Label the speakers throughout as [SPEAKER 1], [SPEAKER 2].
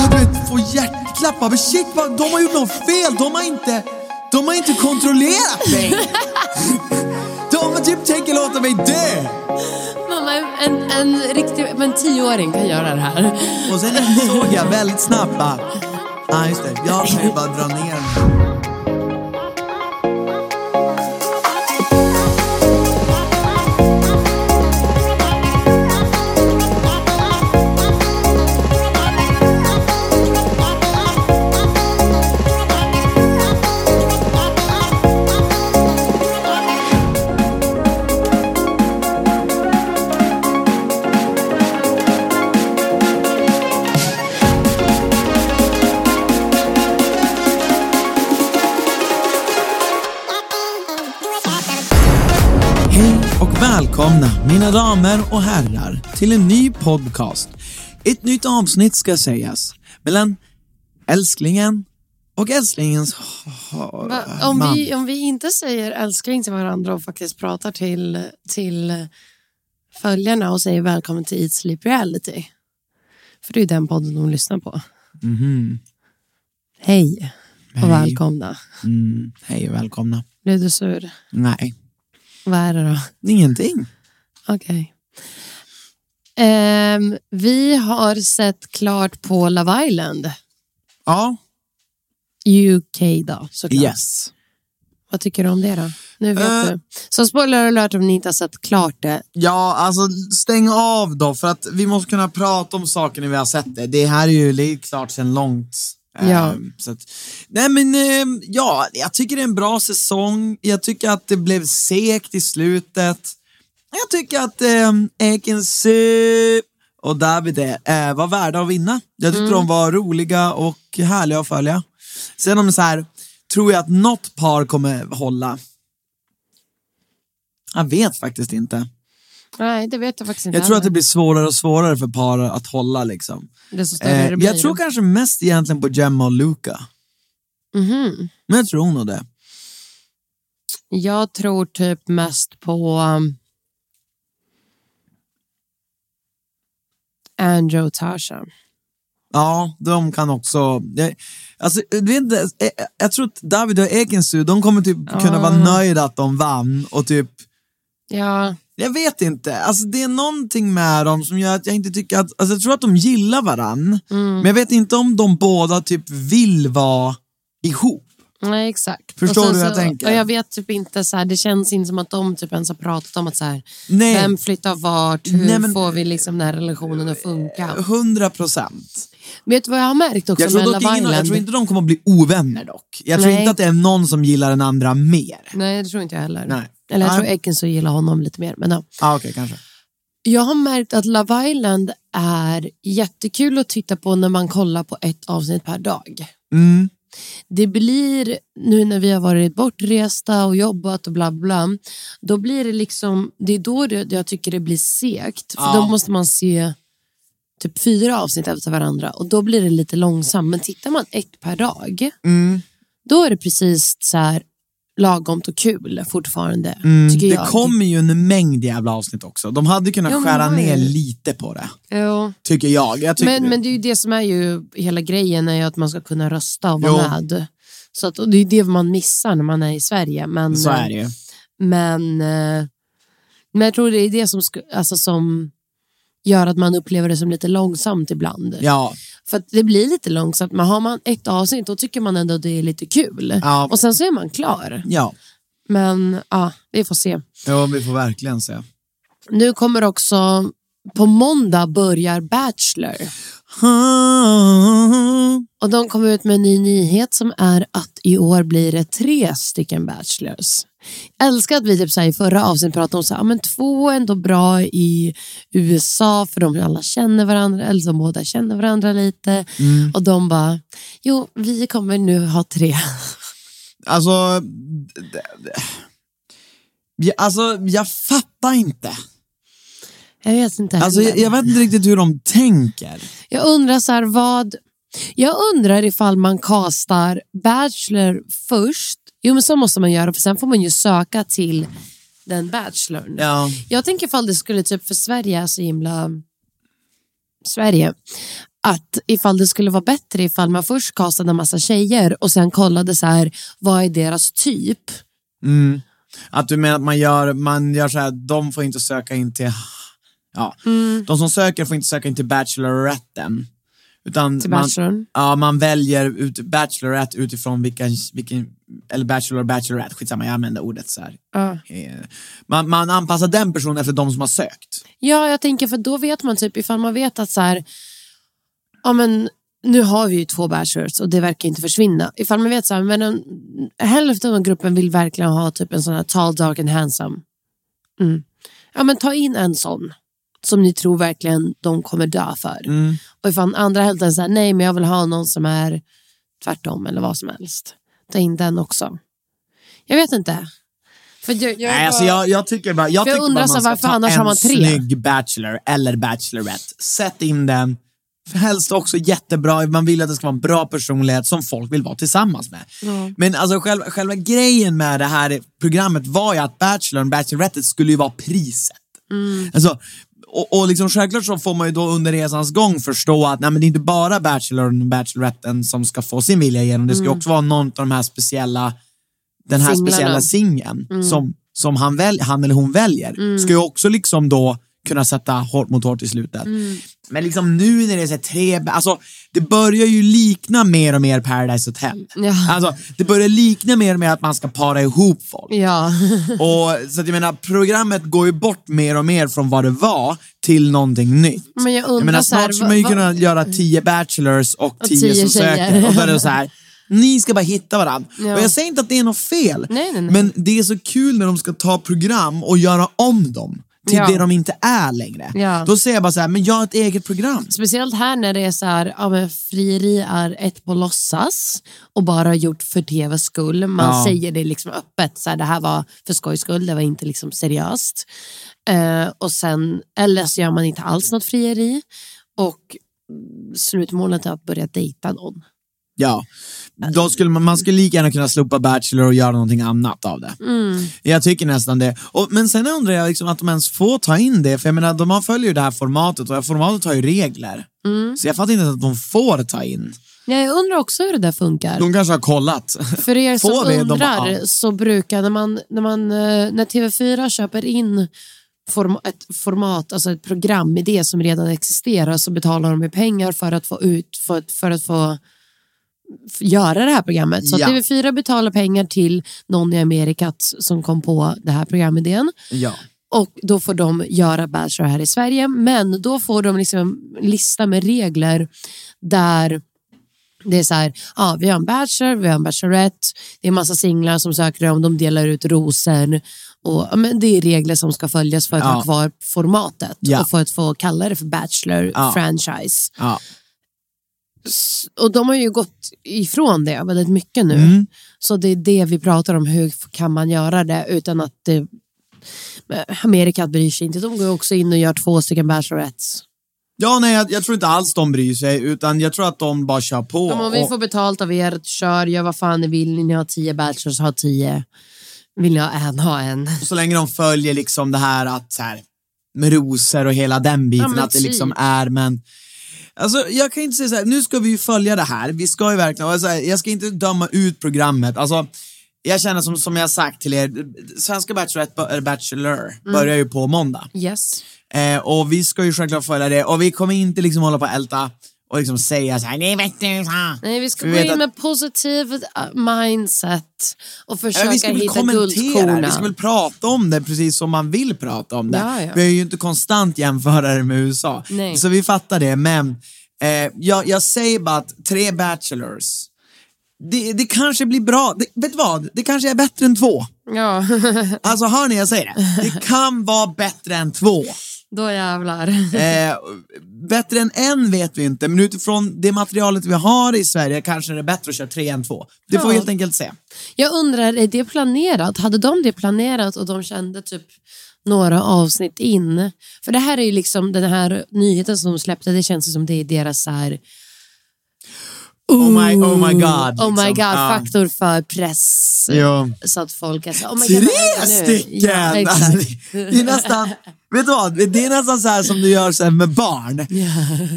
[SPEAKER 1] Jag börjar få hjärtklappar, men shit vad, de har gjort något fel. De har inte, de har inte kontrollerat mig. De typ tänker låta mig dö.
[SPEAKER 2] Mamma, en, en riktig, men tioåring kan göra det här.
[SPEAKER 1] Och sen insåg jag väldigt snabbt bara, ah, just det, jag kan ju bara dra ner mig. Hej och välkomna mina damer och herrar till en ny podcast. Ett nytt avsnitt ska sägas mellan älsklingen och älsklingens
[SPEAKER 2] Va,
[SPEAKER 1] ha-
[SPEAKER 2] Om
[SPEAKER 1] man.
[SPEAKER 2] vi, om vi inte säger älskling till varandra och faktiskt pratar till, till följarna och säger välkommen till Eat Sleep Reality. För det är ju den podden de lyssnar på. Hej och välkomna.
[SPEAKER 1] Mm, hej och välkomna.
[SPEAKER 2] Blev du sur?
[SPEAKER 1] Nej,
[SPEAKER 2] Vad är det då?
[SPEAKER 1] ingenting.
[SPEAKER 2] Okej. Ehm, vi har sett klart på Love Island.
[SPEAKER 1] Ja,
[SPEAKER 2] UK då såklart.
[SPEAKER 1] yes.
[SPEAKER 2] Vad tycker du om det då? Nu vet
[SPEAKER 1] Eh.
[SPEAKER 2] du. Så spoiler alert om ni inte har sett klart det.
[SPEAKER 1] Ja, alltså stäng av då för att vi måste kunna prata om saker när vi har sett det. Det här är ju det är klart sedan långt. Eh,
[SPEAKER 2] Ja.
[SPEAKER 1] Så att, nej men eh, ja, jag tycker det är en bra säsong. Jag tycker att det blev segt i slutet. Jag tycker att eh, Ekensu och David eh, var värda att vinna. Jag tyckte de var roliga och härliga att följa. Sen om så här, tror jag att något par kommer hålla. Jag vet faktiskt inte.
[SPEAKER 2] Nej, det vet jag faktiskt inte.
[SPEAKER 1] Jag tror att det
[SPEAKER 2] heller.
[SPEAKER 1] blir svårare och svårare för par att hålla liksom.
[SPEAKER 2] det är så större
[SPEAKER 1] Eh,
[SPEAKER 2] det blir.
[SPEAKER 1] jag tror kanske mest egentligen på Gemma och Luca.
[SPEAKER 2] Mhm.
[SPEAKER 1] Men jag tror nog det.
[SPEAKER 2] Jag tror typ mest på um, Andrew och Tasha.
[SPEAKER 1] Ja, de kan också... Jag, alltså, du vet, inte, eh, jag tror att David och Ekensu, de kommer typ kunna
[SPEAKER 2] Ah.
[SPEAKER 1] vara nöjda att de vann och typ...
[SPEAKER 2] Ja,
[SPEAKER 1] Jag vet inte, alltså det är någonting med dem som gör att jag inte tycker att... Alltså jag tror att de gillar varann,
[SPEAKER 2] Mm.
[SPEAKER 1] men jag vet inte om de båda typ vill vara ihop.
[SPEAKER 2] nej, exakt.
[SPEAKER 1] Förstår
[SPEAKER 2] Och sen
[SPEAKER 1] du hur jag
[SPEAKER 2] så-
[SPEAKER 1] tänker?
[SPEAKER 2] Och jag vet typ inte, så här, det känns inte som att de typ ens har pratat om att så här,
[SPEAKER 1] Nej.
[SPEAKER 2] vem flyttar vart, hur
[SPEAKER 1] Nej, men-
[SPEAKER 2] får vi liksom den här relationen att funka?
[SPEAKER 1] 100 procent.
[SPEAKER 2] Vet du vad jag har märkt också
[SPEAKER 1] Jag tror,
[SPEAKER 2] med
[SPEAKER 1] dock
[SPEAKER 2] Love
[SPEAKER 1] ingen, jag
[SPEAKER 2] Island?
[SPEAKER 1] tror inte de kommer att bli ovänner dock. Jag tror
[SPEAKER 2] Nej.
[SPEAKER 1] inte att det är någon som gillar den andra mer.
[SPEAKER 2] Nej, det tror inte jag heller.
[SPEAKER 1] Nej.
[SPEAKER 2] Eller jag
[SPEAKER 1] Nej.
[SPEAKER 2] tror Ekenso gillar honom lite mer. Men ja.
[SPEAKER 1] Ah, Okej, kanske.
[SPEAKER 2] Jag har märkt att Love Island är jättekul att titta på när man kollar på ett avsnitt per dag.
[SPEAKER 1] Mm.
[SPEAKER 2] Det blir, nu när vi har varit bortresta och jobbat och bla bla, då blir det liksom, det är då det, jag tycker det blir segt. För
[SPEAKER 1] Ja.
[SPEAKER 2] då måste man se typ fyra avsnitt efter varandra och då blir det lite långsamt. Men tittar man ett per dag,
[SPEAKER 1] Mm.
[SPEAKER 2] då är det precis så här lagomt och kul fortfarande. tycker
[SPEAKER 1] Mm. Det
[SPEAKER 2] jag.
[SPEAKER 1] kommer ju en mängd jävla avsnitt också. De hade kunnat
[SPEAKER 2] Ja, men
[SPEAKER 1] skära
[SPEAKER 2] nej.
[SPEAKER 1] ner lite på det,
[SPEAKER 2] Ja.
[SPEAKER 1] tycker jag. jag tycker
[SPEAKER 2] Men, men det är ju det som är ju hela grejen, är ju att man ska kunna rösta och vara
[SPEAKER 1] Jo.
[SPEAKER 2] med. Så att, och det är ju det man missar när man är i Sverige. Men, eh,
[SPEAKER 1] Så är det ju.
[SPEAKER 2] Men, eh, men jag tror det är det som, sku- alltså, som gör att man upplever det som lite långsamt ibland.
[SPEAKER 1] Ja,
[SPEAKER 2] För att det blir lite långsamt, men har man ett avsnitt då tycker man ändå att det är lite kul.
[SPEAKER 1] Ja.
[SPEAKER 2] Och sen så är man klar.
[SPEAKER 1] ja.
[SPEAKER 2] Men ja, vi får se.
[SPEAKER 1] ja, vi får verkligen se.
[SPEAKER 2] Nu kommer också på måndag börjar Bachelor. Och de kom ut med en ny nyhet som är att i år blir det tre stycken bachelors. Jag älskar att vi typ så här i förra avsnittet pratade om så här, ah, men två är ändå bra i USA för de alla känner varandra, eller de båda känner varandra lite.
[SPEAKER 1] Mm.
[SPEAKER 2] Och de bara, jo vi kommer nu ha tre.
[SPEAKER 1] Alltså, d- d- d- Ja, alltså, jag fattar inte.
[SPEAKER 2] Jag vet inte.
[SPEAKER 1] Alltså,
[SPEAKER 2] heller.
[SPEAKER 1] jag, jag vet inte riktigt hur de tänker.
[SPEAKER 2] Jag undrar så här, vad... Jag undrar ifall man kastar Bachelor först. Jo, men så måste man göra, för sen får man ju söka till den Bachelorn.
[SPEAKER 1] Ja.
[SPEAKER 2] Jag tänker ifall det skulle, typ för Sverige är så himla... Sverige. Att ifall det skulle vara bättre ifall man först kastade en massa tjejer och sen kollade så här, vad är deras typ?
[SPEAKER 1] Att du menar att man gör, man gör så här, de får inte söka in till, ja, de som söker får inte söka in till Bacheloretten. Utan
[SPEAKER 2] Till
[SPEAKER 1] man,
[SPEAKER 2] Bachelorn?
[SPEAKER 1] ja, man väljer ut, Bachelorette utifrån vilken, vilken, eller Bachelor, Bachelorette, skitsamma jag använder ordet så här. Eh, Man, man anpassar den personen efter de som har sökt.
[SPEAKER 2] Ja, jag tänker för då vet man typ ifall man vet att så här, ja men nu har vi ju två bachelors och det verkar inte försvinna. Ifall man vet så här, men en, hälften av gruppen vill verkligen ha typ en sån här tall, dark and handsome. Mm. Ja men ta in en sån som ni tror verkligen de kommer dö för.
[SPEAKER 1] Mm.
[SPEAKER 2] Och ifall andra hälften säger nej men jag vill ha någon som är tvärtom eller vad som helst. Ta in den också. Jag vet inte. För jag, jag,
[SPEAKER 1] Nej, alltså jag, jag tycker bara, jag
[SPEAKER 2] För jag
[SPEAKER 1] tycker bara
[SPEAKER 2] undrar
[SPEAKER 1] man
[SPEAKER 2] så
[SPEAKER 1] ska
[SPEAKER 2] varför
[SPEAKER 1] ta
[SPEAKER 2] annars
[SPEAKER 1] en
[SPEAKER 2] har man tre?
[SPEAKER 1] snygg bachelor eller bachelorette. Sätt in den. För helst också jättebra, man vill att det ska vara en bra personlighet som folk vill vara tillsammans med. Men alltså själva, själva grejen med det här programmet var ju att bachelorn, bachelorette skulle ju vara priset.
[SPEAKER 2] Mm.
[SPEAKER 1] Alltså, och, och liksom självklart så får man ju då under resans gång förstå att nej, men det är inte bara bachelorn och bacheloretten som ska få sin vilja igenom. Det ska ju
[SPEAKER 2] Mm.
[SPEAKER 1] också vara någon av de här speciella den här
[SPEAKER 2] Singlarna. Mm.
[SPEAKER 1] speciella singeln som, som han, väl, han eller hon väljer ska ju också liksom då kunna sätta hårt mot hårt i slutet.
[SPEAKER 2] Mm.
[SPEAKER 1] Men liksom nu när det är så här tre, alltså det börjar ju likna mer och mer Paradise Hotel.
[SPEAKER 2] Ja.
[SPEAKER 1] Alltså det börjar likna mer och mer att man ska para ihop folk.
[SPEAKER 2] Ja.
[SPEAKER 1] Och, så att jag menar, programmet går ju bort mer och mer från vad det var till någonting nytt.
[SPEAKER 2] Men jag undrar
[SPEAKER 1] menar,
[SPEAKER 2] så här,
[SPEAKER 1] snart skulle man ju
[SPEAKER 2] vad- vad-
[SPEAKER 1] kunna göra tio bachelors och tio,
[SPEAKER 2] tio
[SPEAKER 1] som
[SPEAKER 2] tjejer.
[SPEAKER 1] söker. Och då är det så här, ni ska bara hitta varandra.
[SPEAKER 2] Ja.
[SPEAKER 1] Och jag säger inte att det är något fel,
[SPEAKER 2] Nej, nej, nej.
[SPEAKER 1] men det är så kul när de ska ta program och göra om dem till
[SPEAKER 2] Ja.
[SPEAKER 1] det de inte är längre.
[SPEAKER 2] Ja.
[SPEAKER 1] Då säger jag bara så här, men jag har ett eget program.
[SPEAKER 2] Speciellt här när det är så här, ja, men frieri är ett på låtsas och bara gjort för tv skull. Man
[SPEAKER 1] Ja.
[SPEAKER 2] säger det liksom öppet, så här, det här var för skojs skull, det var inte liksom seriöst. Eh, och sen, eller så gör man inte alls något frieri och mm, slutmålet är att börja dejta någon.
[SPEAKER 1] Ja,
[SPEAKER 2] Alltså-
[SPEAKER 1] då skulle man, man skulle lika gärna kunna slopa Bachelor och göra någonting annat av det.
[SPEAKER 2] Mm.
[SPEAKER 1] Jag tycker nästan det. Och, men sen undrar jag liksom att de ens får ta in det, för jag menar de har- följer ju det här formatet och formatet har ju regler.
[SPEAKER 2] Mm.
[SPEAKER 1] Så jag fattar inte att de får ta in.
[SPEAKER 2] Ja, jag undrar också hur det där funkar.
[SPEAKER 1] De kanske har kollat.
[SPEAKER 2] För er som
[SPEAKER 1] Får vi de- "Ah."
[SPEAKER 2] undrar
[SPEAKER 1] ja.
[SPEAKER 2] så brukar när man, när man eh, när TV4 köper in form, ett format, alltså ett program i det som redan existerar så betalar de ju pengar för att få ut, för, att- för att få f- göra det här programmet. Så
[SPEAKER 1] Ja.
[SPEAKER 2] TV4 betalar pengar till någon i Amerika att- som kom på det här programidén
[SPEAKER 1] ja.
[SPEAKER 2] och då får de göra Bachelor här i Sverige. Men då får de liksom en lista med regler där det är så här, ja, vi har en Bachelor, vi har en Bachelorette, det är massa singlar som söker om, de delar ut rosor. Och, ja, men det är regler som ska följas för att
[SPEAKER 1] Ja.
[SPEAKER 2] ha kvar formatet
[SPEAKER 1] Ja.
[SPEAKER 2] och för att få kalla det för Bachelor
[SPEAKER 1] Ja.
[SPEAKER 2] franchise.
[SPEAKER 1] ja.
[SPEAKER 2] Och de har ju gått ifrån det väldigt mycket nu.
[SPEAKER 1] Mm.
[SPEAKER 2] Så det är det vi pratar om, hur kan man göra det utan att det... Men Amerika bryr sig inte, de går också in och gör två stycken bachelorettes.
[SPEAKER 1] Ja, nej, jag, jag tror inte alls de bryr sig, utan jag tror att de bara kör på.
[SPEAKER 2] Om vi
[SPEAKER 1] och-
[SPEAKER 2] får betalt av er, kör, gör vad fan ni vill, ni har tio bachelors, ha tio. Vill ni ha en, ha en.
[SPEAKER 1] Och så länge de följer liksom det här att så här, med rosor och hela den biten,
[SPEAKER 2] Ja, men
[SPEAKER 1] att det liksom
[SPEAKER 2] typ.
[SPEAKER 1] är men Alltså, jag kan inte säga så här, nu ska vi ju följa det här, vi ska ju verkligen, alltså, jag ska inte döma ut programmet, alltså jag känner som, som jag sagt till er, Svenska Bachelorette, eller Bachelor
[SPEAKER 2] Mm.
[SPEAKER 1] börjar ju på måndag.
[SPEAKER 2] Yes.
[SPEAKER 1] Eh, och vi ska ju självklart följa det och vi kommer inte liksom hålla på och älta och liksom säga så här, det vet du så.
[SPEAKER 2] Nej, vi ska
[SPEAKER 1] Vi
[SPEAKER 2] gå
[SPEAKER 1] vet
[SPEAKER 2] in
[SPEAKER 1] att-
[SPEAKER 2] med positiv eh, mindset och försöka
[SPEAKER 1] Ja, vi ska väl
[SPEAKER 2] hitta
[SPEAKER 1] kommentera, vi ska väl
[SPEAKER 2] guldkornen.
[SPEAKER 1] prata om det precis som man vill prata om det.
[SPEAKER 2] Ja, ja.
[SPEAKER 1] Vi har ju inte konstant jämförare med USA.
[SPEAKER 2] Nej.
[SPEAKER 1] Så vi fattar det, men eh, jag, jag säger bara att tre bachelors, det, det kanske blir bra. Det, vet du vad? Det kanske är bättre än två.
[SPEAKER 2] Ja,
[SPEAKER 1] Alltså hör ni, jag säger det. Det kan vara bättre än två.
[SPEAKER 2] då jävlar.
[SPEAKER 1] Eh, bättre än en vet vi inte, men utifrån det materialet vi har i Sverige kanske det är bättre att köra tre än två. Det får vi
[SPEAKER 2] Ja.
[SPEAKER 1] helt enkelt se.
[SPEAKER 2] Jag undrar, är det planerat? Hade de det planerat och de kände typ några avsnitt in? För det här är ju liksom den här nyheten som de släppte, det känns ju som det är deras så här
[SPEAKER 1] Oh my, oh my god. Liksom.
[SPEAKER 2] oh my god
[SPEAKER 1] Ja.
[SPEAKER 2] faktor för press.
[SPEAKER 1] Jo.
[SPEAKER 2] Så att folk är så, oh my god, vad
[SPEAKER 1] Tre
[SPEAKER 2] händer nu?
[SPEAKER 1] stycken!
[SPEAKER 2] Ja,
[SPEAKER 1] alltså,
[SPEAKER 2] exakt.
[SPEAKER 1] det, det är nästan, vet du vad? Det är nästan så här som du gör så här med barn.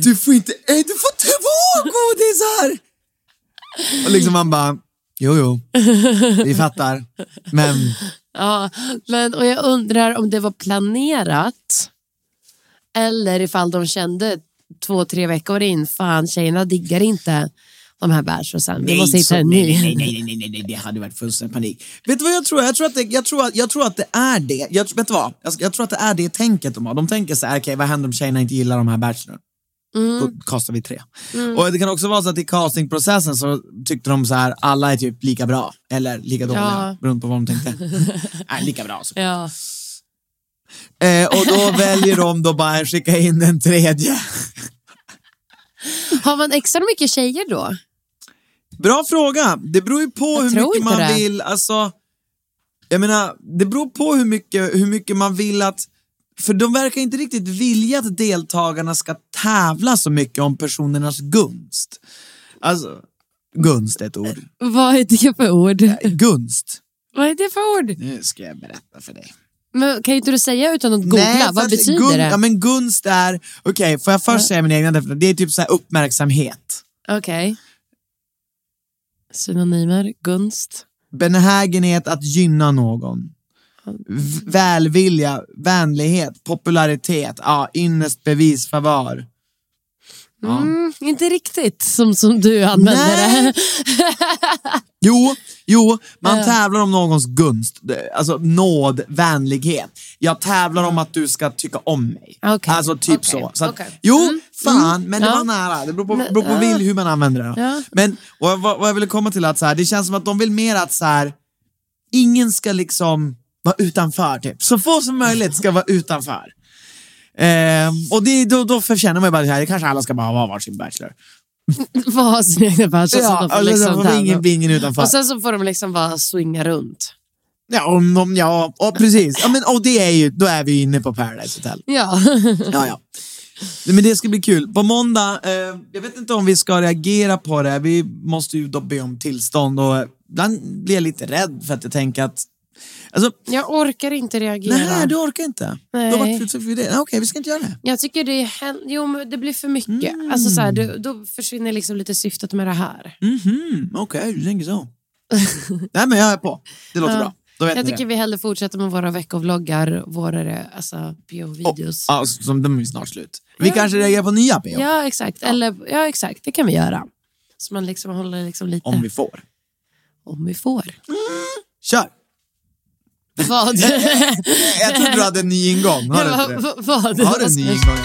[SPEAKER 1] Du får inte, eh, du får två godisar! Och liksom man bara, jo jo, vi fattar. Men,
[SPEAKER 2] Ja, men, och jag undrar om det var planerat eller ifall de kände två, tre veckor in, fan tjejerna diggar inte de här bärsåsen. Vi måste hitta
[SPEAKER 1] så,
[SPEAKER 2] en
[SPEAKER 1] nej,
[SPEAKER 2] ny.
[SPEAKER 1] nej, nej, nej, nej, nej, nej, det hade varit fullständig panik. Vet du vad jag tror? Jag tror att det, jag tror att, jag tror att det är det. Jag, vet du vad? Jag, jag tror att det är det tänket de har. De tänker så här, okej vad händer om tjejerna inte gillar de här bachelorn?
[SPEAKER 2] Mm.
[SPEAKER 1] Då kastar vi tre. Och det kan också vara så att i castingprocessen så tyckte de så här, alla är typ lika bra. Eller lika dåliga,
[SPEAKER 2] Ja.
[SPEAKER 1] beroende på vad de tänkte. Nej, lika bra alltså.
[SPEAKER 2] Ja.
[SPEAKER 1] Eh, och då väljer de då bara att skicka in en tredje.
[SPEAKER 2] Har man extra mycket tjejer då?
[SPEAKER 1] Bra fråga. Det beror ju på hur
[SPEAKER 2] tror
[SPEAKER 1] mycket
[SPEAKER 2] inte
[SPEAKER 1] man
[SPEAKER 2] det.
[SPEAKER 1] vill. Alltså, jag menar, det beror på hur mycket, hur mycket man vill att... För de verkar inte riktigt vilja att deltagarna ska tävla så mycket om personernas gunst. Alltså, gunst är ett ord.
[SPEAKER 2] Vad är det för ord?
[SPEAKER 1] Gunst.
[SPEAKER 2] Vad är det för ord?
[SPEAKER 1] Nu ska jag berätta för dig.
[SPEAKER 2] Men, kan inte du säga utan att googla?
[SPEAKER 1] Nej, för
[SPEAKER 2] Vad
[SPEAKER 1] att
[SPEAKER 2] betyder
[SPEAKER 1] gun, Ja,
[SPEAKER 2] det?
[SPEAKER 1] men gunst är... Okej, får jag först säga min egna definition? Det är typ så här uppmärksamhet.
[SPEAKER 2] Okej. Synonymer, gunst.
[SPEAKER 1] benägenhet att gynna någon. V- välvilja, vänlighet, popularitet, ja, ynnest, bevis, favör. Ja.
[SPEAKER 2] Mm, inte riktigt som, som du använder
[SPEAKER 1] Nej.
[SPEAKER 2] det.
[SPEAKER 1] Jo, jo, man tävlar om någons gunst, Det- alltså nåd, vänlighet. Jag tävlar om att du ska tycka om mig.
[SPEAKER 2] Okej.
[SPEAKER 1] Alltså typ
[SPEAKER 2] Okej.
[SPEAKER 1] så. så att,
[SPEAKER 2] Okej.
[SPEAKER 1] Jo,
[SPEAKER 2] Mm.
[SPEAKER 1] fan,
[SPEAKER 2] Mm.
[SPEAKER 1] men det
[SPEAKER 2] Ja.
[SPEAKER 1] var nära. Det beror på,
[SPEAKER 2] Men-
[SPEAKER 1] beror på
[SPEAKER 2] ja.
[SPEAKER 1] vil, hur man använder det.
[SPEAKER 2] Ja.
[SPEAKER 1] Men och, vad, vad jag ville komma till är att så här, det känns som att de vill mer att så här, ingen ska liksom vara utanför. Typ. Så få som möjligt ska vara utanför. Ehm, och det, då, då förtjänar man ju bara det här, kanske alla ska bara vara varsin bachelor.
[SPEAKER 2] Vad har sin egen bärs och så de får
[SPEAKER 1] alltså,
[SPEAKER 2] liksom
[SPEAKER 1] då får
[SPEAKER 2] tävla.
[SPEAKER 1] ingen, bli ingen utanför.
[SPEAKER 2] Och sen så får de liksom bara swinga runt.
[SPEAKER 1] Ja, om, om, ja och precis. Ja, men, och det är ju, då är vi ju inne på Paradise Hotel.
[SPEAKER 2] Ja.
[SPEAKER 1] Ja, ja. Nej, Men det ska bli kul. På måndag, eh, jag vet inte om vi ska reagera på det. Vi måste ju då be om tillstånd och eh, ibland blir jag lite rädd för att jag tänker att... Alltså,
[SPEAKER 2] Jag orkar inte reagera.
[SPEAKER 1] nej, du orkar inte.
[SPEAKER 2] Nej.
[SPEAKER 1] Då vart vi utsatt för det. Nej, Okej, vi ska inte göra det.
[SPEAKER 2] Jag tycker det, är hen- jo, men det blir för mycket.
[SPEAKER 1] Mm.
[SPEAKER 2] Alltså, så här, du, då försvinner liksom lite syftet med det här.
[SPEAKER 1] Mhm, Okej, du tänker så. nej, men jag är på. Det låter
[SPEAKER 2] Ja.
[SPEAKER 1] bra. Då vet
[SPEAKER 2] Jag
[SPEAKER 1] ni
[SPEAKER 2] tycker vi hellre fortsätter med våra veckovloggar, våra eh, alltså, PO-videos.
[SPEAKER 1] det. Ja, så- som de är ju snart slut. Vi kanske reagerar på nya PO,
[SPEAKER 2] Ja, exakt. Eller, ja, exakt. Det kan vi göra. Så man liksom håller liksom lite...
[SPEAKER 1] om vi får.
[SPEAKER 2] om vi får.
[SPEAKER 1] Kör!
[SPEAKER 2] Vad?
[SPEAKER 1] Jag trodde du hade en ny ingång. Har du inte det?
[SPEAKER 2] Va- Vad?
[SPEAKER 1] Har du en ny ingång?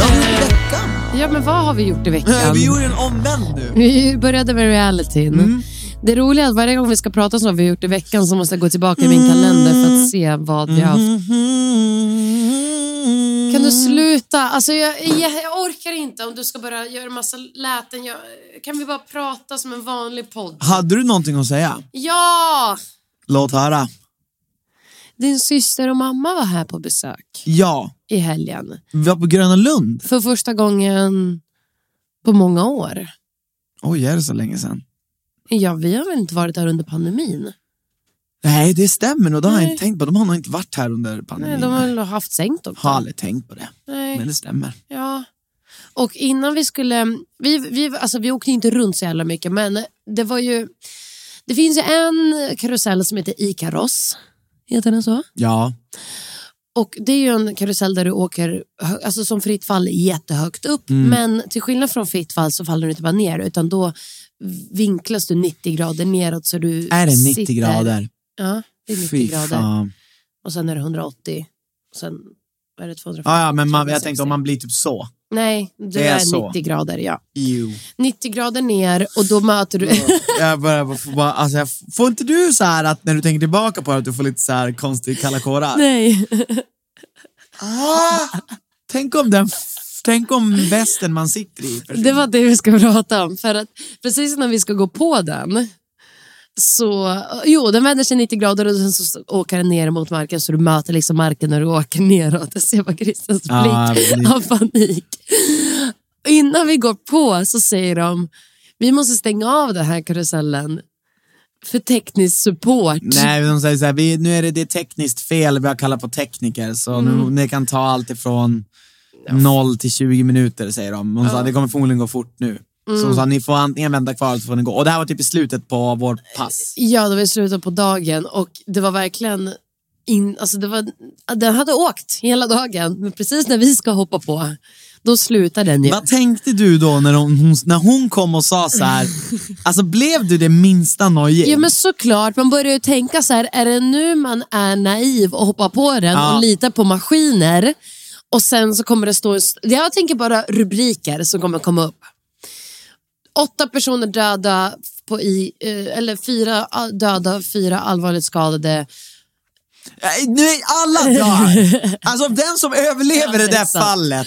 [SPEAKER 1] Ja, men i veckan.
[SPEAKER 2] Ja, men vad har vi gjort
[SPEAKER 1] Nej,
[SPEAKER 2] i veckan?
[SPEAKER 1] Vi gjorde en omvänd nu.
[SPEAKER 2] Vi började med realityn. Det roliga är att varje gång vi ska prata om vad vi har gjort i veckan så måste jag gå tillbaka i min kalender för att se vad vi har haft. Kan du sluta? Alltså jag, jag, jag orkar inte om du ska börja göra massa läten. Jag, kan vi bara prata som en vanlig podd?
[SPEAKER 1] Hade du någonting att säga?
[SPEAKER 2] Ja!
[SPEAKER 1] Låt höra.
[SPEAKER 2] Din syster och mamma var här på besök
[SPEAKER 1] Ja,
[SPEAKER 2] i helgen.
[SPEAKER 1] vi var på Gröna Lund.
[SPEAKER 2] För första gången på många år.
[SPEAKER 1] Oj, är det så länge sedan?
[SPEAKER 2] Ja, vi har väl inte varit där under pandemin?
[SPEAKER 1] Nej, det stämmer nog. Det har jag
[SPEAKER 2] Nej.
[SPEAKER 1] inte tänkt på. De har nog inte varit här under pandemin.
[SPEAKER 2] Nej, de har väl haft sänkt
[SPEAKER 1] Har
[SPEAKER 2] också.
[SPEAKER 1] aldrig tänkt på det.
[SPEAKER 2] Nej.
[SPEAKER 1] Men det stämmer.
[SPEAKER 2] Ja. Och innan vi skulle... Vi, vi, alltså, vi åkte inte runt så jävla mycket, men det var ju... Det finns ju en karusell som heter Icaros. Heter den så?
[SPEAKER 1] Ja.
[SPEAKER 2] Och det är ju en karusell där du åker, hö- alltså som fritt fall, jättehögt upp.
[SPEAKER 1] Mm.
[SPEAKER 2] Men till skillnad från fritt fall så faller du inte bara ner, utan då vinklas du 90 grader neråt. Så du
[SPEAKER 1] Är det 90
[SPEAKER 2] sitter-
[SPEAKER 1] grader?
[SPEAKER 2] Ja, det är 90
[SPEAKER 1] Fy
[SPEAKER 2] grader.
[SPEAKER 1] fan.
[SPEAKER 2] Och sen är det 180. Och sen är det 250.
[SPEAKER 1] Ja, ja, men man, jag tänkte om man blir typ så.
[SPEAKER 2] Nej, du
[SPEAKER 1] Det är
[SPEAKER 2] är,
[SPEAKER 1] så.
[SPEAKER 2] 90 grader, ja.
[SPEAKER 1] Ew.
[SPEAKER 2] 90 grader ner och då möter du...
[SPEAKER 1] Jag bara, bara, bara, alltså jag, får inte du så här att när du tänker tillbaka på det att du får lite så här konstig kalla kårar?
[SPEAKER 2] Nej.
[SPEAKER 1] Ah, tänk om den, tänk om västen man sitter i.
[SPEAKER 2] Det var det vi ska prata om. För att precis när vi ska gå på den så, jo den vänder sig 90 grader och sen så åker den ner mot marken så du möter liksom marken när du åker neråt. Jag ser bara Christians blick
[SPEAKER 1] Ja, men-
[SPEAKER 2] av panik. Innan vi går på så säger de, vi måste stänga av den här karusellen för teknisk support.
[SPEAKER 1] Nej, de säger så här, vi, nu är det, det är tekniskt fel, vi har kallat på tekniker, så nu,
[SPEAKER 2] Mm.
[SPEAKER 1] ni kan ta allt ifrån 0 till 20 minuter, säger de. Hon sa, det kommer förmodligen gå fort nu. Så
[SPEAKER 2] Mm.
[SPEAKER 1] hon sa, ni får antingen vänta kvar eller så får ni gå. Och det här var typ i slutet på vårt pass.
[SPEAKER 2] Ja, det var i slutet på dagen och det var verkligen in, alltså det var, den hade åkt hela dagen, men precis när vi ska hoppa på, då slutar den ju.
[SPEAKER 1] Vad tänkte du då när hon, hon, när hon kom och sa så här, alltså blev du det minsta nojig?
[SPEAKER 2] Ja men såklart, man börjar ju tänka så här, är det nu man är naiv och hoppar på den
[SPEAKER 1] Ja.
[SPEAKER 2] och litar på maskiner och sen så kommer det stå, jag tänker bara rubriker som kommer komma upp. Åtta personer döda, på i, eh, eller fyra all- döda, fyra allvarligt skadade.
[SPEAKER 1] Nej, Nu är alla dör! Alltså den som överlever det
[SPEAKER 2] det är
[SPEAKER 1] där
[SPEAKER 2] sant.
[SPEAKER 1] fallet.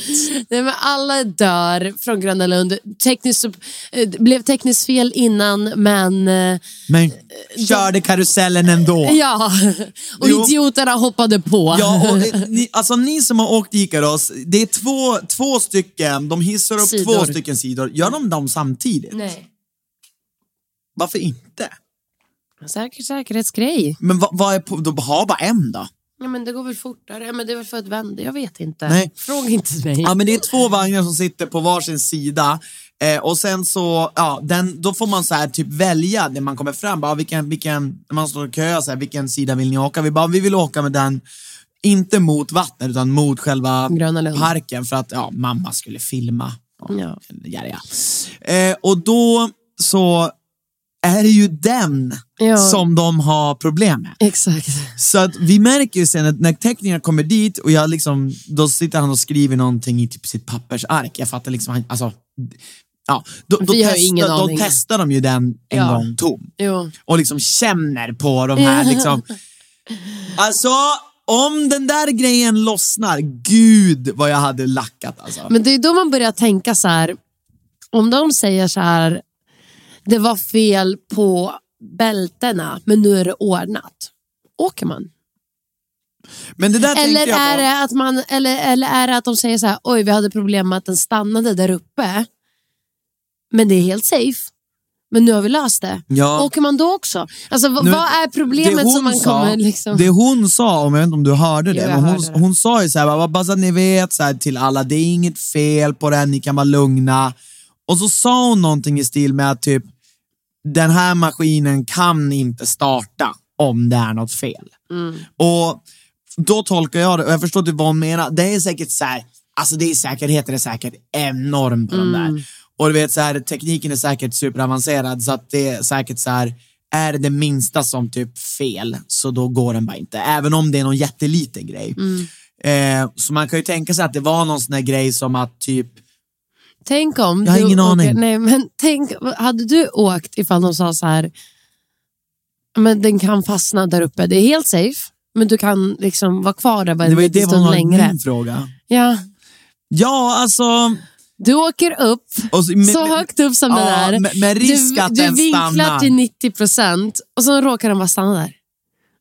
[SPEAKER 2] Nej, men alla dör från Gröna Lund. Tekniskt, så- eh, det blev tekniskt fel innan, men eh,
[SPEAKER 1] Men körde karusellen ändå.
[SPEAKER 2] ja. Och
[SPEAKER 1] Jo.
[SPEAKER 2] idioterna hoppade på.
[SPEAKER 1] Ja, och eh, ni, alltså ni som har åkt Ikaros, det är två, två stycken, de hissar upp
[SPEAKER 2] Sidor.
[SPEAKER 1] två stycken sidor. Gör de dem samtidigt?
[SPEAKER 2] Nej.
[SPEAKER 1] Varför inte?
[SPEAKER 2] Säker, säkerhetsgrej.
[SPEAKER 1] Men vad, vad är på, de har bara en då?
[SPEAKER 2] Ja, men det går väl fortare. Ja, men det är väl för att vända. Jag vet inte.
[SPEAKER 1] Nej.
[SPEAKER 2] Fråga inte mig.
[SPEAKER 1] Ja, men det är två vagnar som sitter på varsin sida eh, och sen så, ja, den, då får man så här typ välja när man kommer fram, bara, vilken, vilken, när man står och köar, så här, vilken sida vill ni åka? Vi bara, vi vill åka med den, inte mot vattnet utan mot själva
[SPEAKER 2] Gröna Lund.
[SPEAKER 1] parken för att ja, mamma skulle filma.
[SPEAKER 2] Ja.
[SPEAKER 1] Ja, ja. Eh, och då så är det ju den
[SPEAKER 2] Ja.
[SPEAKER 1] som de har problem med.
[SPEAKER 2] Exakt.
[SPEAKER 1] Så att vi märker ju sen att när teknikerna kommer dit och jag liksom, då sitter han och skriver någonting i typ sitt pappersark. Jag fattar liksom, han, alltså, ja, då, då,
[SPEAKER 2] Vi har ju
[SPEAKER 1] testar-
[SPEAKER 2] ingen
[SPEAKER 1] då
[SPEAKER 2] aning.
[SPEAKER 1] testar de ju den en
[SPEAKER 2] Ja.
[SPEAKER 1] gång tom
[SPEAKER 2] Jo.
[SPEAKER 1] och liksom känner på de här liksom. Alltså, om den där grejen lossnar, gud vad jag hade lackat alltså.
[SPEAKER 2] Men det är då man börjar tänka så här. Om de säger så här. Det var fel på bältena, men nu är det ordnat. Åker man?
[SPEAKER 1] Men det där
[SPEAKER 2] Eller
[SPEAKER 1] tänkte jag på.
[SPEAKER 2] är, det att man, eller, eller är det att de säger så här, oj vi hade problem med att den stannade där uppe. Men det är helt safe. Men nu har vi löst det.
[SPEAKER 1] Ja.
[SPEAKER 2] Åker man då också? Alltså, v-
[SPEAKER 1] Nu-
[SPEAKER 2] vad är
[SPEAKER 1] det
[SPEAKER 2] problemet
[SPEAKER 1] hon
[SPEAKER 2] som man
[SPEAKER 1] sa-
[SPEAKER 2] kommer liksom...
[SPEAKER 1] Det hon sa, om jag vet inte om du hörde det,
[SPEAKER 2] Jo, jag
[SPEAKER 1] men hon,
[SPEAKER 2] hörde det.
[SPEAKER 1] hon sa ju så här, bara, bara så att ni vet så här, till alla, det är inget fel på den, ni kan vara lugna. Och så sa hon någonting i stil med att typ, den här maskinen kan inte starta om det är något fel.
[SPEAKER 2] Mm.
[SPEAKER 1] Och då tolkar jag det, och jag förstår typ vad hon menar. Det är säkert så här, alltså det är säkerheten är säkert enorm på de
[SPEAKER 2] Mm.
[SPEAKER 1] där. Och du vet så här, tekniken är säkert superavancerad så att det är säkert så här, är det det minsta som typ fel så då går den bara inte. Även om det är någon jätteliten grej.
[SPEAKER 2] Mm.
[SPEAKER 1] Eh, så man kan ju tänka sig att det var någon sån här grej som att typ,
[SPEAKER 2] Tänk om
[SPEAKER 1] Jag har
[SPEAKER 2] du
[SPEAKER 1] ingen
[SPEAKER 2] åker...
[SPEAKER 1] aning.
[SPEAKER 2] Nej, men tänk, hade du åkt ifall de sa så här, men den kan fastna där uppe, det är helt safe. Men du kan liksom vara kvar där bara
[SPEAKER 1] det
[SPEAKER 2] en
[SPEAKER 1] var ju
[SPEAKER 2] liten
[SPEAKER 1] det Mm. var
[SPEAKER 2] stund
[SPEAKER 1] någon,
[SPEAKER 2] längre.
[SPEAKER 1] min fråga.
[SPEAKER 2] Ja.
[SPEAKER 1] Ja, alltså.
[SPEAKER 2] Du åker upp,
[SPEAKER 1] och så- men-
[SPEAKER 2] så
[SPEAKER 1] men-
[SPEAKER 2] högt upp som
[SPEAKER 1] ja,
[SPEAKER 2] den är.
[SPEAKER 1] Med, med risk
[SPEAKER 2] du,
[SPEAKER 1] att
[SPEAKER 2] du
[SPEAKER 1] den
[SPEAKER 2] vinklar
[SPEAKER 1] stannar.
[SPEAKER 2] till 90 procent och så råkar den bara stanna där.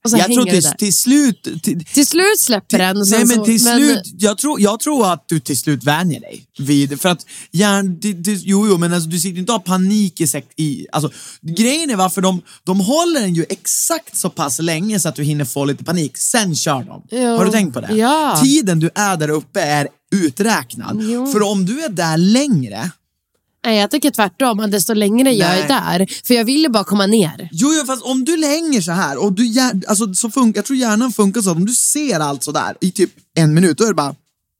[SPEAKER 2] Och så
[SPEAKER 1] jag
[SPEAKER 2] hänger
[SPEAKER 1] tror
[SPEAKER 2] det
[SPEAKER 1] till,
[SPEAKER 2] där.
[SPEAKER 1] till slut, till,
[SPEAKER 2] till slut släpper den. Och sen
[SPEAKER 1] Nej, men
[SPEAKER 2] så,
[SPEAKER 1] till slut, jag, tror, jag tror att du till slut vänjer dig vid För att hjärn, du, du, jo, jo, men alltså, du sitter inte och har panik i, sekt, i alltså, Grejen är varför de, de håller den ju exakt så pass länge så att du hinner få lite panik. Sen kör de.
[SPEAKER 2] Jo.
[SPEAKER 1] Har du tänkt på det?
[SPEAKER 2] Ja.
[SPEAKER 1] Tiden du är där uppe är uträknad.
[SPEAKER 2] Jo.
[SPEAKER 1] För om du är där längre
[SPEAKER 2] Nej, jag tycker tvärtom. Att desto längre jag
[SPEAKER 1] Nej.
[SPEAKER 2] är där. För jag vill ju bara komma ner.
[SPEAKER 1] Jo, jo, fast om du hänger så här och du hjär- alltså, så funkar, jag tror hjärnan funkar så att om du ser allt så där i typ en minut, då är det bara,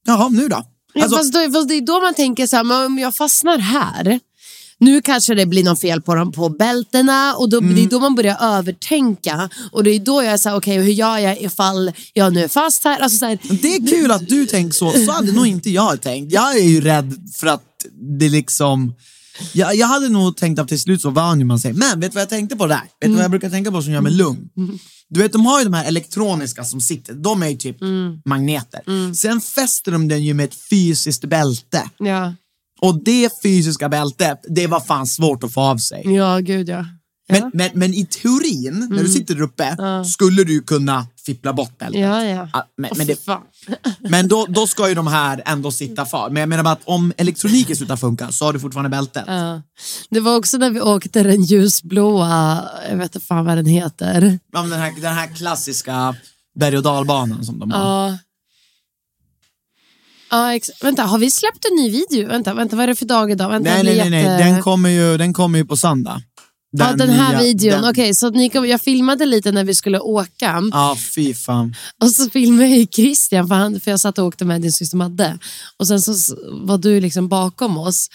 [SPEAKER 1] jaha, nu då? Alltså,
[SPEAKER 2] ja, fast, då, fast det är då man tänker så här, men om jag fastnar här. Nu kanske det blir någon fel på dem på bältena och då,
[SPEAKER 1] Mm.
[SPEAKER 2] det är då man börjar övertänka. Och det är då jag är så här, okej hur gör jag ifall jag nu är fast här? Alltså, så här
[SPEAKER 1] det är kul att du tänker så, så hade nog inte jag tänkt. Jag är ju rädd för att det liksom, jag, jag hade nog tänkt att till slut så vann ju man sig. Men vet du vad jag tänkte på där? Vet du vad
[SPEAKER 2] Mm.
[SPEAKER 1] jag brukar tänka på som gör mig lugn? Du vet, de har ju de här elektroniska som sitter, de är ju typ
[SPEAKER 2] Mm.
[SPEAKER 1] magneter. Sen fäster de den ju med ett fysiskt bälte.
[SPEAKER 2] ja.
[SPEAKER 1] Och det fysiska bältet, det var fan svårt att få av sig.
[SPEAKER 2] ja, Mm. gud ja.
[SPEAKER 1] Men, men, men i teorin, när du sitter där uppe, skulle du kunna fippla bort bältet.
[SPEAKER 2] Ja, ja.
[SPEAKER 1] Ah, Men,
[SPEAKER 2] Åh,
[SPEAKER 1] men,
[SPEAKER 2] fy
[SPEAKER 1] det,
[SPEAKER 2] fan.
[SPEAKER 1] men då, då ska ju de här ändå sitta kvar. Men jag menar bara att om elektroniken slutar funka så har du fortfarande bältet.
[SPEAKER 2] Ja. Det var också när vi åkte den ljusblåa, jag vet inte fan vad den heter.
[SPEAKER 1] Ja, men Den, här, den här klassiska berg och dalbanan som de har.
[SPEAKER 2] Ja. Ja, ex- vänta, har vi släppt en ny video? Vänta, vänta vad är det för dag idag? Vänta,
[SPEAKER 1] nej,
[SPEAKER 2] jag
[SPEAKER 1] nej,
[SPEAKER 2] blir
[SPEAKER 1] nej, nej.
[SPEAKER 2] jätte-
[SPEAKER 1] Den, kommer ju, den kommer ju på söndag.
[SPEAKER 2] Ja, den här
[SPEAKER 1] nya-
[SPEAKER 2] videon.
[SPEAKER 1] den-
[SPEAKER 2] Okej, så att ni kom, jag filmade lite när vi skulle åka
[SPEAKER 1] Ja, fy fan.
[SPEAKER 2] och så filmade jag ju Christian för, han, för jag satt och åkte med din syster Madde och sen så s- var du liksom bakom oss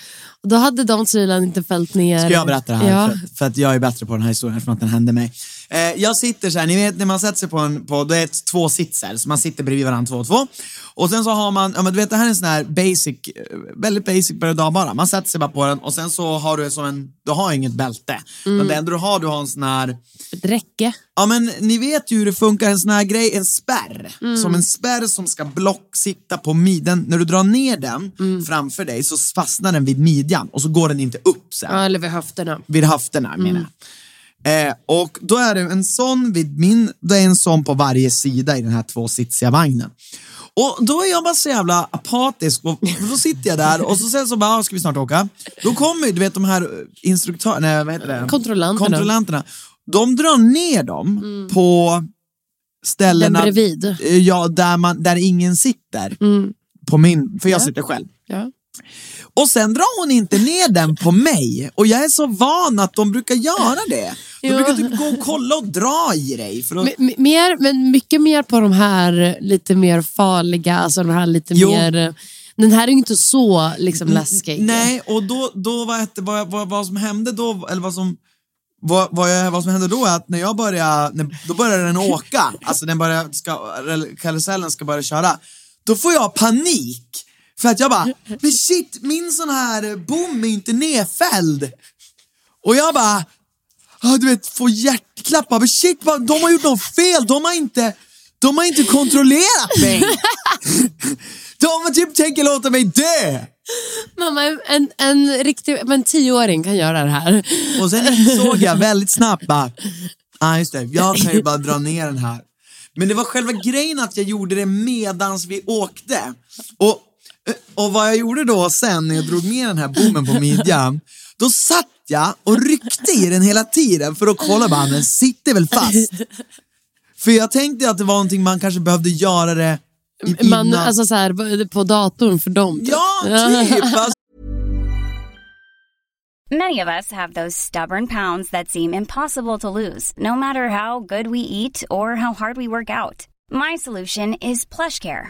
[SPEAKER 2] och då hade de tydligen inte fällt ner.
[SPEAKER 1] Ska jag berätta det här?
[SPEAKER 2] Ja.
[SPEAKER 1] För, att- för att jag är bättre på den här historien eftersom att den hände mig. Eh, jag sitter så här, ni vet när man sätter sig på en, på, det är ett, två sitsar, så man sitter bredvid varandra två och två. Och sen så har man, ja men du vet det här är en sån här basic, eh, väldigt basic berg och dalbana. Man sätter sig bara på den och sen så har du som en, du har inget bälte. Men det enda du har, du har en sån här,
[SPEAKER 2] Ett räcke.
[SPEAKER 1] ja men ni vet ju hur det funkar, en sån här grej, en spärr. Som en spärr som ska block sitta på midjan. När du drar ner den framför dig så fastnar den vid midjan och så går den inte upp sen
[SPEAKER 2] Ja, eller vid höfterna.
[SPEAKER 1] vid höfterna
[SPEAKER 2] Mm.
[SPEAKER 1] menar jag. Eh, och då är det en sån vid min, det är en sån på varje sida i den här tvåsitsiga vagnen. Och då är jag bara så jävla apatisk och då sitter jag där och så sen så bara, "Ah, ska vi snart åka? Då kommer ju, du vet de här instruktörerna, nej vad heter det?
[SPEAKER 2] Kontrollanterna. Mm.
[SPEAKER 1] Kontrollanterna. De drar ner dem på ställena
[SPEAKER 2] Den bredvid. Mm.
[SPEAKER 1] eh, Ja, där, man, där ingen sitter. På min, för jag sitter själv.
[SPEAKER 2] Ja.
[SPEAKER 1] Och sen drar hon inte ner den på mig. Och jag är så van att de brukar göra det. De
[SPEAKER 2] Ja.
[SPEAKER 1] brukar typ gå och kolla och dra i dig. För att...
[SPEAKER 2] M- m- mer, men mycket mer på de här eh, lite mer farliga, alltså de här lite
[SPEAKER 1] Jo.
[SPEAKER 2] mer... eh, Den här är ju inte så liksom läskig.
[SPEAKER 1] Nej, och då, då vad, hette, vad, vad, vad som hände då, eller vad som, vad, vad, jag, vad som hände då är att när jag började, när, då började den åka, alltså den börjar, ska, eller karusellen ska börja köra, då får jag panik. För att jag bara, men shit, min sån här eh, bom är inte nedfälld. Och jag bara, ah, du vet, får hjärtklappar, men shit, vad, de har gjort något fel, de har inte, de har inte kontrollerat mig. De typ tänker låta mig dö.
[SPEAKER 2] Mamma, en, en, en riktig men tioåring kan göra det här.
[SPEAKER 1] Och sen insåg jag väldigt snabbt bara, ah, just det, jag kan ju bara dra ner den här. Men det var själva grejen att jag gjorde det medans vi åkte. Och, och vad jag gjorde då sen när jag drog ner den här bommen på midjan, då satt jag och ryckte i den hela tiden för att kolla, bara, den sitter väl fast? För jag tänkte att det var någonting man kanske behövde göra det i- innan.
[SPEAKER 2] Man, alltså så här, på datorn för dem. typ.
[SPEAKER 1] ja, typ. Alltså,
[SPEAKER 3] Many of us have those stubborn pounds that seem impossible to lose, no matter how good we eat or how hard we work out. My solution is PlushCare.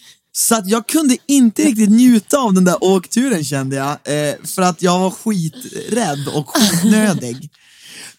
[SPEAKER 1] Så att jag kunde inte riktigt njuta av den där åkturen kände jag, eh, för att jag var skiträdd och skitnödig.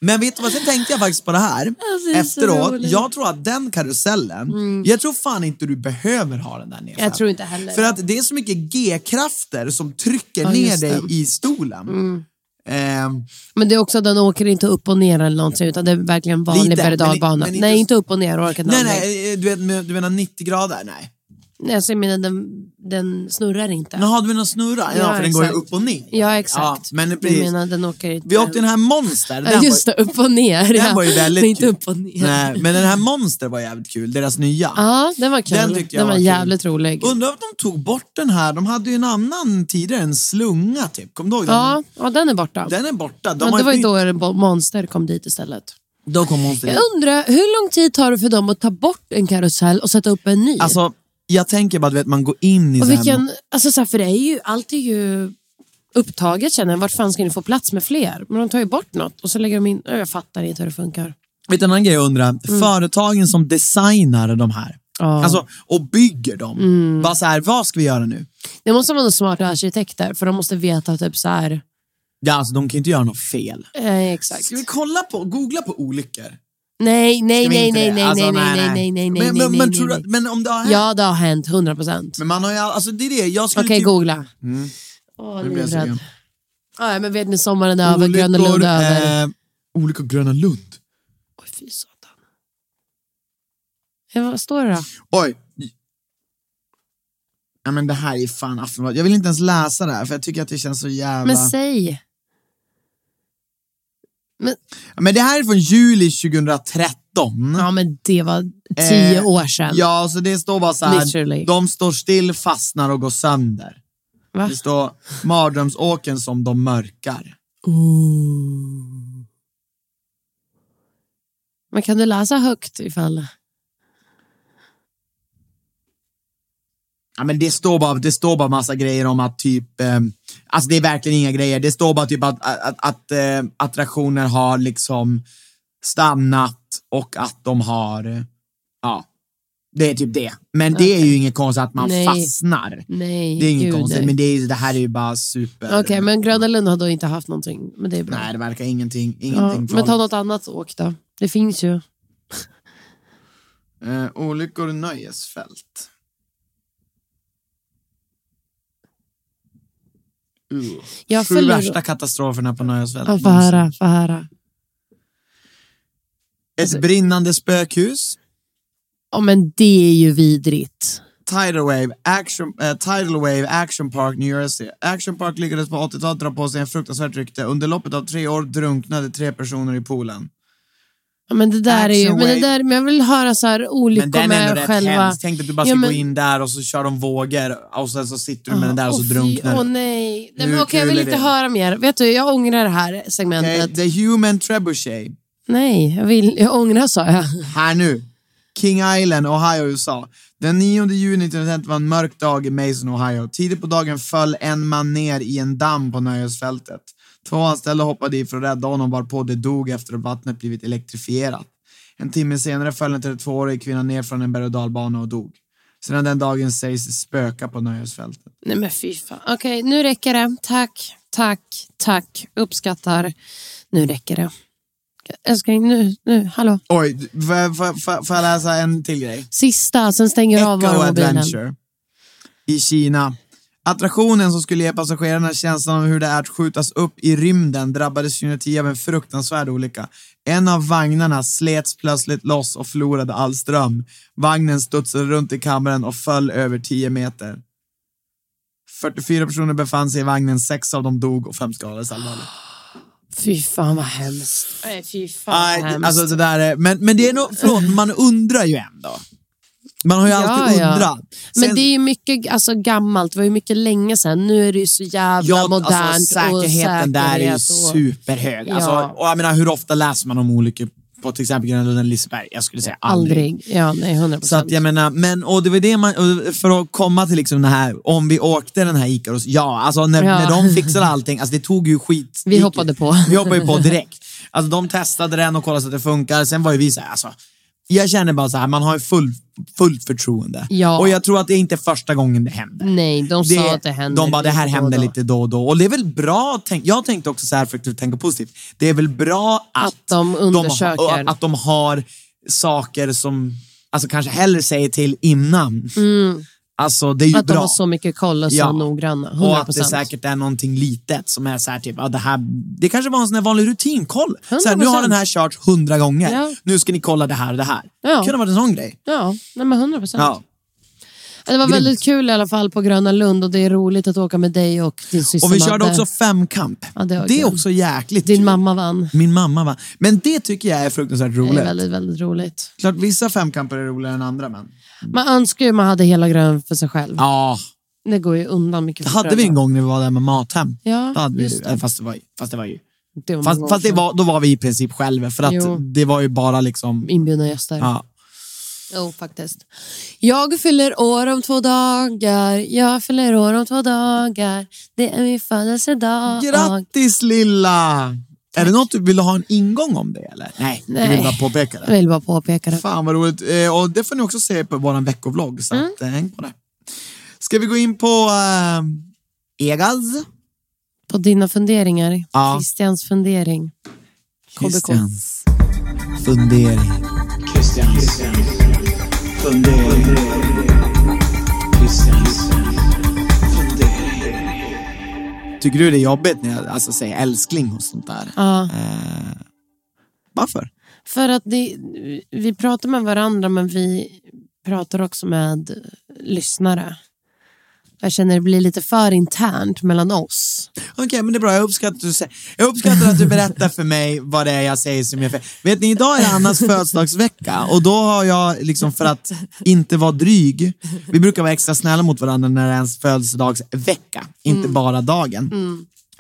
[SPEAKER 1] Men vet du vad, sen tänkte jag faktiskt på det här
[SPEAKER 2] det är så
[SPEAKER 1] efteråt.
[SPEAKER 2] roligt. Mm.
[SPEAKER 1] Jag tror att den karusellen, jag tror fan inte du behöver ha den där nere.
[SPEAKER 2] Jag tror inte heller.
[SPEAKER 1] För att det är så mycket G-krafter som trycker
[SPEAKER 2] Ja,
[SPEAKER 1] ner
[SPEAKER 2] just
[SPEAKER 1] dig
[SPEAKER 2] det. Mm.
[SPEAKER 1] i stolen. Ehm,
[SPEAKER 2] Men det är också, den åker inte upp och ner eller någonting, utan det är verkligen vanlig
[SPEAKER 1] Lite,
[SPEAKER 2] berg och
[SPEAKER 1] men i-
[SPEAKER 2] dalbana.
[SPEAKER 1] men inte
[SPEAKER 2] Nej,
[SPEAKER 1] så-
[SPEAKER 2] inte upp och ner orkar
[SPEAKER 1] nej, nej, du, vet, men- du menar 90 grader? Nej.
[SPEAKER 2] nej. Alltså, jag menar, den, den snurrar inte.
[SPEAKER 1] Jaha, du menar snurra? Ja,
[SPEAKER 2] Ja,
[SPEAKER 1] för den går ju
[SPEAKER 2] exakt.
[SPEAKER 1] upp och ner.
[SPEAKER 2] Ja, exakt.
[SPEAKER 1] Ja, men
[SPEAKER 2] Jag
[SPEAKER 1] precis.
[SPEAKER 2] menar, den åker inte...
[SPEAKER 1] Vi åkte den här Monster.
[SPEAKER 2] Ja,
[SPEAKER 1] den
[SPEAKER 2] just det, upp och ner.
[SPEAKER 1] var,
[SPEAKER 2] ja.
[SPEAKER 1] den var ju väldigt
[SPEAKER 2] Men inte
[SPEAKER 1] kul.
[SPEAKER 2] upp och ner. Ah,
[SPEAKER 1] Nej, men den här Monster var jävligt kul, deras nya.
[SPEAKER 2] Ja, den var kul.
[SPEAKER 1] Den tyckte jag
[SPEAKER 2] var,
[SPEAKER 1] var kul.
[SPEAKER 2] jävligt rolig.
[SPEAKER 1] Undrar om de tog bort den här, de hade ju en annan tidigare, en slunga typ. Kommer du ihåg den?
[SPEAKER 2] Ja, ja, den är borta.
[SPEAKER 1] Den är borta. De
[SPEAKER 2] men
[SPEAKER 1] har
[SPEAKER 2] det var ju
[SPEAKER 1] bytt-
[SPEAKER 2] då bo- Monster kom dit istället.
[SPEAKER 1] Då kom hon till
[SPEAKER 2] Jag undrar, hur lång tid tar det för dem att ta bort en karusell och sätta upp en ny?
[SPEAKER 1] Alltså, jag tänker bara du vet, man går in i så
[SPEAKER 2] och
[SPEAKER 1] här-
[SPEAKER 2] vilken, alltså så här, för det är ju, allt är ju upptaget känner jag. Vart fan ska ni få plats med fler? Men de tar ju bort något och så lägger de in, jag fattar inte hur det funkar.
[SPEAKER 1] Vet du en annan grej jag undrar? Företagen som designar de här
[SPEAKER 2] Mm. Ja. Mm.
[SPEAKER 1] alltså, och bygger dem. Bara så här, vad ska vi göra nu?
[SPEAKER 2] Det måste vara några smarta arkitekter för de måste veta typ så här.
[SPEAKER 1] Ja, alltså, de kan ju inte göra något fel.
[SPEAKER 2] Eh, exakt.
[SPEAKER 1] Ska vi kolla på, googla på olyckor?
[SPEAKER 2] Nej, nej,
[SPEAKER 1] Ska vi
[SPEAKER 2] nej,
[SPEAKER 1] inte
[SPEAKER 2] nej,
[SPEAKER 1] det?
[SPEAKER 2] nej,
[SPEAKER 1] Alltså,
[SPEAKER 2] nej, nej, nej, nej, nej, nej,
[SPEAKER 1] Men- men-
[SPEAKER 2] nej,
[SPEAKER 1] men
[SPEAKER 2] nej,
[SPEAKER 1] tror du
[SPEAKER 2] nej.
[SPEAKER 1] att- Men om det har hänt?
[SPEAKER 2] Ja, det har hänt. 100 procent.
[SPEAKER 1] Men man har ju, alltså det är det, jag skulle
[SPEAKER 2] Okej, googla. Åh,
[SPEAKER 1] Nu blir jag
[SPEAKER 2] livrädd.
[SPEAKER 1] sugen.
[SPEAKER 2] Ja, men vet ni, sommaren är över,
[SPEAKER 1] Olyckor,
[SPEAKER 2] Gröna Lund är över.
[SPEAKER 1] eh, olyckor Gröna Lund.
[SPEAKER 2] Oj, fy satan. Ja, vad står det då?
[SPEAKER 1] Oj. Ja, men det här är fan Aftonbladet. Jag vill inte ens läsa det här för jag tycker att det känns så jävla...
[SPEAKER 2] Men
[SPEAKER 1] Men,
[SPEAKER 2] säg. Men,
[SPEAKER 1] det här är från juli 2013.
[SPEAKER 2] ja, men det var tio
[SPEAKER 1] Mm. Eh,
[SPEAKER 2] år sedan.
[SPEAKER 1] Ja, så det står bara så här.
[SPEAKER 2] Literally.
[SPEAKER 1] De står still, fastnar och går sönder.
[SPEAKER 2] Va?
[SPEAKER 1] Det står mardrömsåken som de mörkar.
[SPEAKER 2] Men kan du läsa högt ifall...
[SPEAKER 1] Ja, men det, står bara, det står bara massa grejer om att typ, eh, alltså det är verkligen inga grejer. Det står bara typ att, att, att, eh, attraktioner har liksom stannat och att de har, eh, ja, det är typ det. Men det är ju inget konstigt att man
[SPEAKER 2] Nej.
[SPEAKER 1] fastnar.
[SPEAKER 2] Nej,
[SPEAKER 1] Det är inget
[SPEAKER 2] gud,
[SPEAKER 1] konstigt,
[SPEAKER 2] nej.
[SPEAKER 1] men det, är, ju- det här är ju bara super...
[SPEAKER 2] Okej, men Gröna Lund har då inte haft någonting. Men det är bra.
[SPEAKER 1] Nej, det verkar ingenting.
[SPEAKER 2] ja,
[SPEAKER 1] ingenting
[SPEAKER 2] men ta
[SPEAKER 1] från-
[SPEAKER 2] något annat åk då. Det finns ju.
[SPEAKER 1] Eh, olyckor i nöjesfält. Uh.
[SPEAKER 2] Jag
[SPEAKER 1] Sju
[SPEAKER 2] följer-
[SPEAKER 1] värsta katastroferna på nöjesfält.
[SPEAKER 2] Ja, få höra, få höra.
[SPEAKER 1] Ett brinnande spökhus.
[SPEAKER 2] Ja, men det är ju vidrigt.
[SPEAKER 1] Tidal Wave, action, eh, Tidal Wave Action Park, New Jersey. Action Park lyckades på 80-talet dra på sig en fruktansvärt rykte. Under loppet av tre år drunknade tre personer i poolen.
[SPEAKER 2] Ja, men det där är ju,
[SPEAKER 1] Action
[SPEAKER 2] men, det
[SPEAKER 1] wave.
[SPEAKER 2] där, men jag vill höra så här
[SPEAKER 1] Men
[SPEAKER 2] olyckor
[SPEAKER 1] den är ändå
[SPEAKER 2] med
[SPEAKER 1] rätt
[SPEAKER 2] själva...
[SPEAKER 1] hemsk. Tänk dig att du bara ska
[SPEAKER 2] Ja, men-
[SPEAKER 1] gå in där och så kör de vågor och sen så sitter du med den där och så
[SPEAKER 2] Åh, fy,
[SPEAKER 1] drunknar
[SPEAKER 2] Åh
[SPEAKER 1] du.
[SPEAKER 2] nej. nej
[SPEAKER 1] Hur
[SPEAKER 2] men, okej,
[SPEAKER 1] kul
[SPEAKER 2] jag vill
[SPEAKER 1] är
[SPEAKER 2] inte
[SPEAKER 1] det?
[SPEAKER 2] höra mer. Vet du, jag ångrar det här segmentet.
[SPEAKER 1] Eh, The Human Trebuchet.
[SPEAKER 2] Nej, jag, vill, jag ångrar sa jag.
[SPEAKER 1] Här nu. King Island, Ohio, USA. Den 9 juni 1991 var en mörk dag i Mason, Ohio. Tidigt på dagen föll en man ner i en damm på nöjesfältet. Två anställda hoppade i för att rädda honom varpå det dog efter att vattnet blivit elektrifierat. En timme senare föll en 32-årig kvinna ner från en berg och dalbana och dog. Sedan den dagen sägs det spöka på nöjesfältet.
[SPEAKER 2] Nej men fy fan. Okej, nu räcker det. Tack, tack, tack. Uppskattar. Nu räcker det. Älskling, nu, nu, hallå.
[SPEAKER 1] Oj, d- får jag- får jag- får jag får jag läsa en till grej?
[SPEAKER 2] Sista, sen stänger jag av
[SPEAKER 1] Echo
[SPEAKER 2] bara mobilen.
[SPEAKER 1] Adventure i Kina. Attraktionen som skulle ge passagerarna känslan av hur det är att skjutas upp i rymden drabbades 2010 av en fruktansvärd olycka. En av vagnarna slets plötsligt loss och förlorade all ström. Vagnen studsade runt i kammaren och föll över 10 meter. 44 personer befann sig i vagnen, sex av dem dog och fem skadades allvarligt.
[SPEAKER 2] Fy fan vad hemskt. Nej, fy fan vad
[SPEAKER 1] Nej,
[SPEAKER 2] hemskt.
[SPEAKER 1] alltså det där är, men, men det är nog, förlåt, man undrar ju ändå. Man har ju alltid
[SPEAKER 2] Ja, ja.
[SPEAKER 1] undrat.
[SPEAKER 2] Men
[SPEAKER 1] Sen-
[SPEAKER 2] det är ju mycket alltså, gammalt, det var ju mycket länge sedan. Nu är det ju så jävla modernt.
[SPEAKER 1] alltså,
[SPEAKER 2] och
[SPEAKER 1] säkerheten
[SPEAKER 2] säkerhet
[SPEAKER 1] där är ju
[SPEAKER 2] och...
[SPEAKER 1] superhög. Alltså,
[SPEAKER 2] Ja.
[SPEAKER 1] och jag menar, hur ofta läser man om olyckor på till exempel Gröna Lund eller Liseberg? Jag skulle säga aldrig.
[SPEAKER 2] Aldrig. Ja, nej, 100
[SPEAKER 1] Så att jag menar, men och det var det man, och för att komma till liksom den här, om vi åkte den här Ikaros, ja alltså när,
[SPEAKER 2] Ja.
[SPEAKER 1] när de fixade allting, alltså det tog ju skit.
[SPEAKER 2] Vi hoppade på.
[SPEAKER 1] Vi hoppade ju på direkt. Alltså de testade den och kollade så att det funkar, sen var ju vi såhär, alltså jag känner bara så här, man har full, fullt förtroende.
[SPEAKER 2] Ja.
[SPEAKER 1] Och jag tror att det är inte första gången det händer.
[SPEAKER 2] Nej, de sa att det händer
[SPEAKER 1] De bara, det här
[SPEAKER 2] lite då och
[SPEAKER 1] händer
[SPEAKER 2] då."
[SPEAKER 1] lite då och då. Och det är väl bra, att tänk, jag tänkte också så här för att tänka positivt. Det är väl bra att,
[SPEAKER 2] Att de
[SPEAKER 1] har-
[SPEAKER 2] undersöker.
[SPEAKER 1] att de har saker som, alltså kanske hellre säger till innan. Alltså det är ju
[SPEAKER 2] Mm. Att
[SPEAKER 1] bra.
[SPEAKER 2] de har så mycket koll och så
[SPEAKER 1] Ja.
[SPEAKER 2] noggranna. 100%.
[SPEAKER 1] Och att det säkert är någonting litet som är så här typ, ja, det här, det kanske var en sån här vanlig rutinkoll. Så här, nu har
[SPEAKER 2] 100%.
[SPEAKER 1] den här kört hundra gånger,
[SPEAKER 2] Ja.
[SPEAKER 1] nu ska ni kolla det här och det här.
[SPEAKER 2] Ja.
[SPEAKER 1] Det kunde ha varit en sån grej.
[SPEAKER 2] Ja, nej men 100 procent.
[SPEAKER 1] Ja.
[SPEAKER 2] Det var
[SPEAKER 1] Grymt.
[SPEAKER 2] väldigt kul i alla fall på Gröna Lund och det är roligt att åka med dig och din syster
[SPEAKER 1] Och vi körde
[SPEAKER 2] Madde.
[SPEAKER 1] också femkamp.
[SPEAKER 2] Ja, det var
[SPEAKER 1] det är
[SPEAKER 2] kul.
[SPEAKER 1] också jäkligt
[SPEAKER 2] Din
[SPEAKER 1] kul.
[SPEAKER 2] mamma vann.
[SPEAKER 1] Min mamma va. Men det tycker jag är fruktansvärt
[SPEAKER 2] Det är
[SPEAKER 1] roligt.
[SPEAKER 2] väldigt, väldigt roligt.
[SPEAKER 1] Klart vissa femkamper är roligare än andra
[SPEAKER 2] Mm.
[SPEAKER 1] men.
[SPEAKER 2] Man önskar ju man hade hela Grön för sig själv.
[SPEAKER 1] Ja,
[SPEAKER 2] Det går ju undan mycket.
[SPEAKER 1] det
[SPEAKER 2] för
[SPEAKER 1] hade vi en
[SPEAKER 2] Gröna.
[SPEAKER 1] gång när vi var där med Mathem.
[SPEAKER 2] Ja,
[SPEAKER 1] Då hade vi,
[SPEAKER 2] just det.
[SPEAKER 1] eh, Fast det var ju, fast det var ju.
[SPEAKER 2] Det var många
[SPEAKER 1] Fast,
[SPEAKER 2] år
[SPEAKER 1] fast det
[SPEAKER 2] sedan.
[SPEAKER 1] var, då var vi i princip själva för att
[SPEAKER 2] Jo.
[SPEAKER 1] det var ju bara liksom,
[SPEAKER 2] Inbjudna gäster.
[SPEAKER 1] ja.
[SPEAKER 2] Jo, faktiskt. Jag fyller år om två dagar. Jag fyller år om två dagar. Det är min födelsedag.
[SPEAKER 1] Grattis lilla! Är det något du vill ha en ingång om det eller? Nej,
[SPEAKER 2] Nej.
[SPEAKER 1] du vill bara påpeka
[SPEAKER 2] Jag
[SPEAKER 1] det.
[SPEAKER 2] vill bara påpeka det.
[SPEAKER 1] Fan vad roligt. Eh, och det får ni också se på vår veckovlogg, så
[SPEAKER 2] Mm.
[SPEAKER 1] att, eh, häng på det. Ska vi gå in på eh, Egas?
[SPEAKER 2] På dina funderingar.
[SPEAKER 1] Ja.
[SPEAKER 2] Christians fundering.
[SPEAKER 1] Christians fundering. Christians fundering. Christians fundering. Tycker du det är jobbigt när jag alltså, säger älskling och sånt där?
[SPEAKER 2] Ja.
[SPEAKER 1] Eh, varför?
[SPEAKER 2] För att det, vi pratar med varandra men vi pratar också med lyssnare. Jag känner det blir lite för internt mellan oss.
[SPEAKER 1] Okej, men det är bra. Jag uppskattar, att du sä- jag uppskattar att du berättar för mig vad det är jag säger som jag fel. Vet ni, idag är Annas födelsedagsvecka och då har jag, liksom för att inte vara dryg, vi brukar vara extra snälla mot varandra när det är ens födelsedagsvecka, inte bara dagen.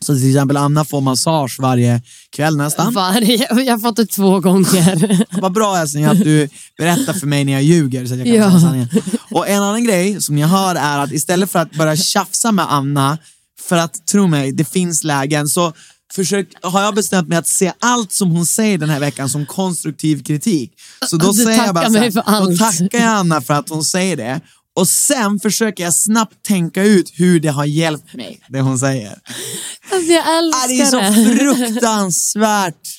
[SPEAKER 1] Så till exempel Anna får massage varje kväll nästan.
[SPEAKER 2] Varje, jag har fått det två gånger.
[SPEAKER 1] Vad bra älskling att du berättar för mig när jag ljuger så att jag kan
[SPEAKER 2] Ja.
[SPEAKER 1] säga sanningen. Och en annan grej som jag hör är att istället för att börja tjafsa med Anna, för att tro mig, det finns lägen, så försök, har jag bestämt mig att se allt som hon säger den här veckan som konstruktiv kritik. Så då
[SPEAKER 2] Du
[SPEAKER 1] säger jag bara
[SPEAKER 2] tackar
[SPEAKER 1] så
[SPEAKER 2] mig för
[SPEAKER 1] här, då
[SPEAKER 2] allt.
[SPEAKER 1] tackar jag Anna för att hon säger det. Och sen försöker jag snabbt tänka ut hur det har hjälpt mig, det hon säger.
[SPEAKER 2] Alltså jag
[SPEAKER 1] Ah, det är så
[SPEAKER 2] älskar det.
[SPEAKER 1] fruktansvärt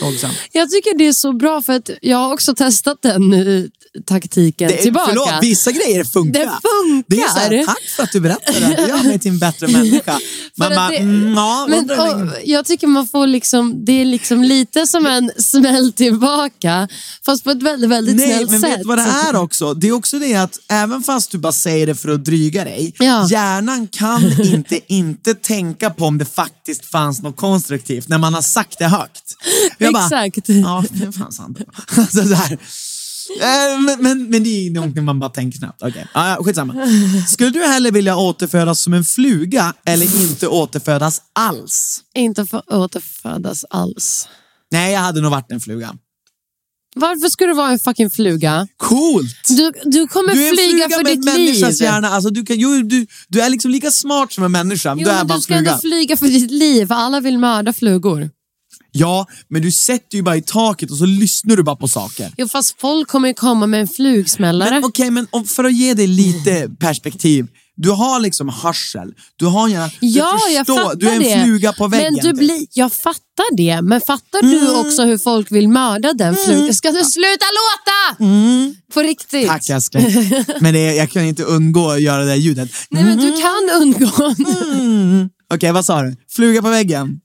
[SPEAKER 1] plågsamt.
[SPEAKER 2] Jag tycker det är så bra för att jag har också testat den eh, taktiken
[SPEAKER 1] Det är,
[SPEAKER 2] tillbaka.
[SPEAKER 1] Förlåt, vissa grejer funkar.
[SPEAKER 2] Det funkar.
[SPEAKER 1] Det är så här, tack för att du berättade det. Det gör mig till en bättre människa. Man
[SPEAKER 2] För
[SPEAKER 1] bara,
[SPEAKER 2] att det-
[SPEAKER 1] mm, ja,
[SPEAKER 2] men,
[SPEAKER 1] undrar hur
[SPEAKER 2] och,
[SPEAKER 1] länge-
[SPEAKER 2] jag tycker man får liksom, det är liksom lite som en smäll tillbaka, fast på ett väldigt, väldigt
[SPEAKER 1] Nej,
[SPEAKER 2] snällt
[SPEAKER 1] men
[SPEAKER 2] sätt.
[SPEAKER 1] vet du vad det är också? Det är också det att även fast du bara säger det för att dryga dig,
[SPEAKER 2] Ja.
[SPEAKER 1] hjärnan kan inte inte tänka på om det faktiskt fanns något konstruktivt när man har sagt det högt.
[SPEAKER 2] Exakt.
[SPEAKER 1] Bara, ja, det fanns sant. Alltså, så här. Eh, Men, men, men det är någonting man bara tänker snabbt. Okej, ah, ja, skitsamma. Skulle du hellre vilja återfödas som en fluga eller inte återfödas alls?
[SPEAKER 2] Inte få återfödas alls.
[SPEAKER 1] Nej, jag hade nog varit en fluga.
[SPEAKER 2] Varför ska du vara en fucking fluga?
[SPEAKER 1] Coolt!
[SPEAKER 2] Du, du kommer
[SPEAKER 1] Du är en
[SPEAKER 2] flyga
[SPEAKER 1] fluga
[SPEAKER 2] för
[SPEAKER 1] med
[SPEAKER 2] ditt
[SPEAKER 1] människans
[SPEAKER 2] liv.
[SPEAKER 1] hjärna. Alltså, du, kan, jo, du, du är liksom lika smart som en människa,
[SPEAKER 2] Jo,
[SPEAKER 1] du är
[SPEAKER 2] men
[SPEAKER 1] bara
[SPEAKER 2] du
[SPEAKER 1] en
[SPEAKER 2] ska
[SPEAKER 1] fluga.
[SPEAKER 2] ändå flyga för ditt liv. Alla vill mörda flugor.
[SPEAKER 1] ja, men du sätter ju bara i taket och så lyssnar du bara på saker.
[SPEAKER 2] Jo, fast folk kommer ju komma med en flugsmällare.
[SPEAKER 1] Men, okej, men om, för att ge dig lite perspektiv. Du har liksom hörsel, du har gärna, du
[SPEAKER 2] Ja, jag
[SPEAKER 1] förstår,
[SPEAKER 2] fattar
[SPEAKER 1] du är en
[SPEAKER 2] det.
[SPEAKER 1] fluga på väggen.
[SPEAKER 2] Men du
[SPEAKER 1] typ. Mm.
[SPEAKER 2] blir, jag fattar det, men fattar du också hur folk vill mörda den flugan? Ska du sluta låta? På riktigt.
[SPEAKER 1] Mm. Tack älskling. Men det, jag kan inte undgå att göra det där ljudet. Mm.
[SPEAKER 2] Nej, men du kan undgå.
[SPEAKER 1] Okej, vad sa du? Fluga på väggen?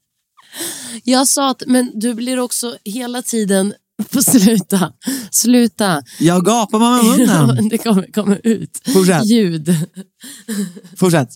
[SPEAKER 2] Jag sa att men du blir också hela tiden... På sluta. Sluta.
[SPEAKER 1] Jag gapar med munnen.
[SPEAKER 2] Det kommer komma ut
[SPEAKER 1] Fortsätt.
[SPEAKER 2] ljud.
[SPEAKER 1] Fortsätt.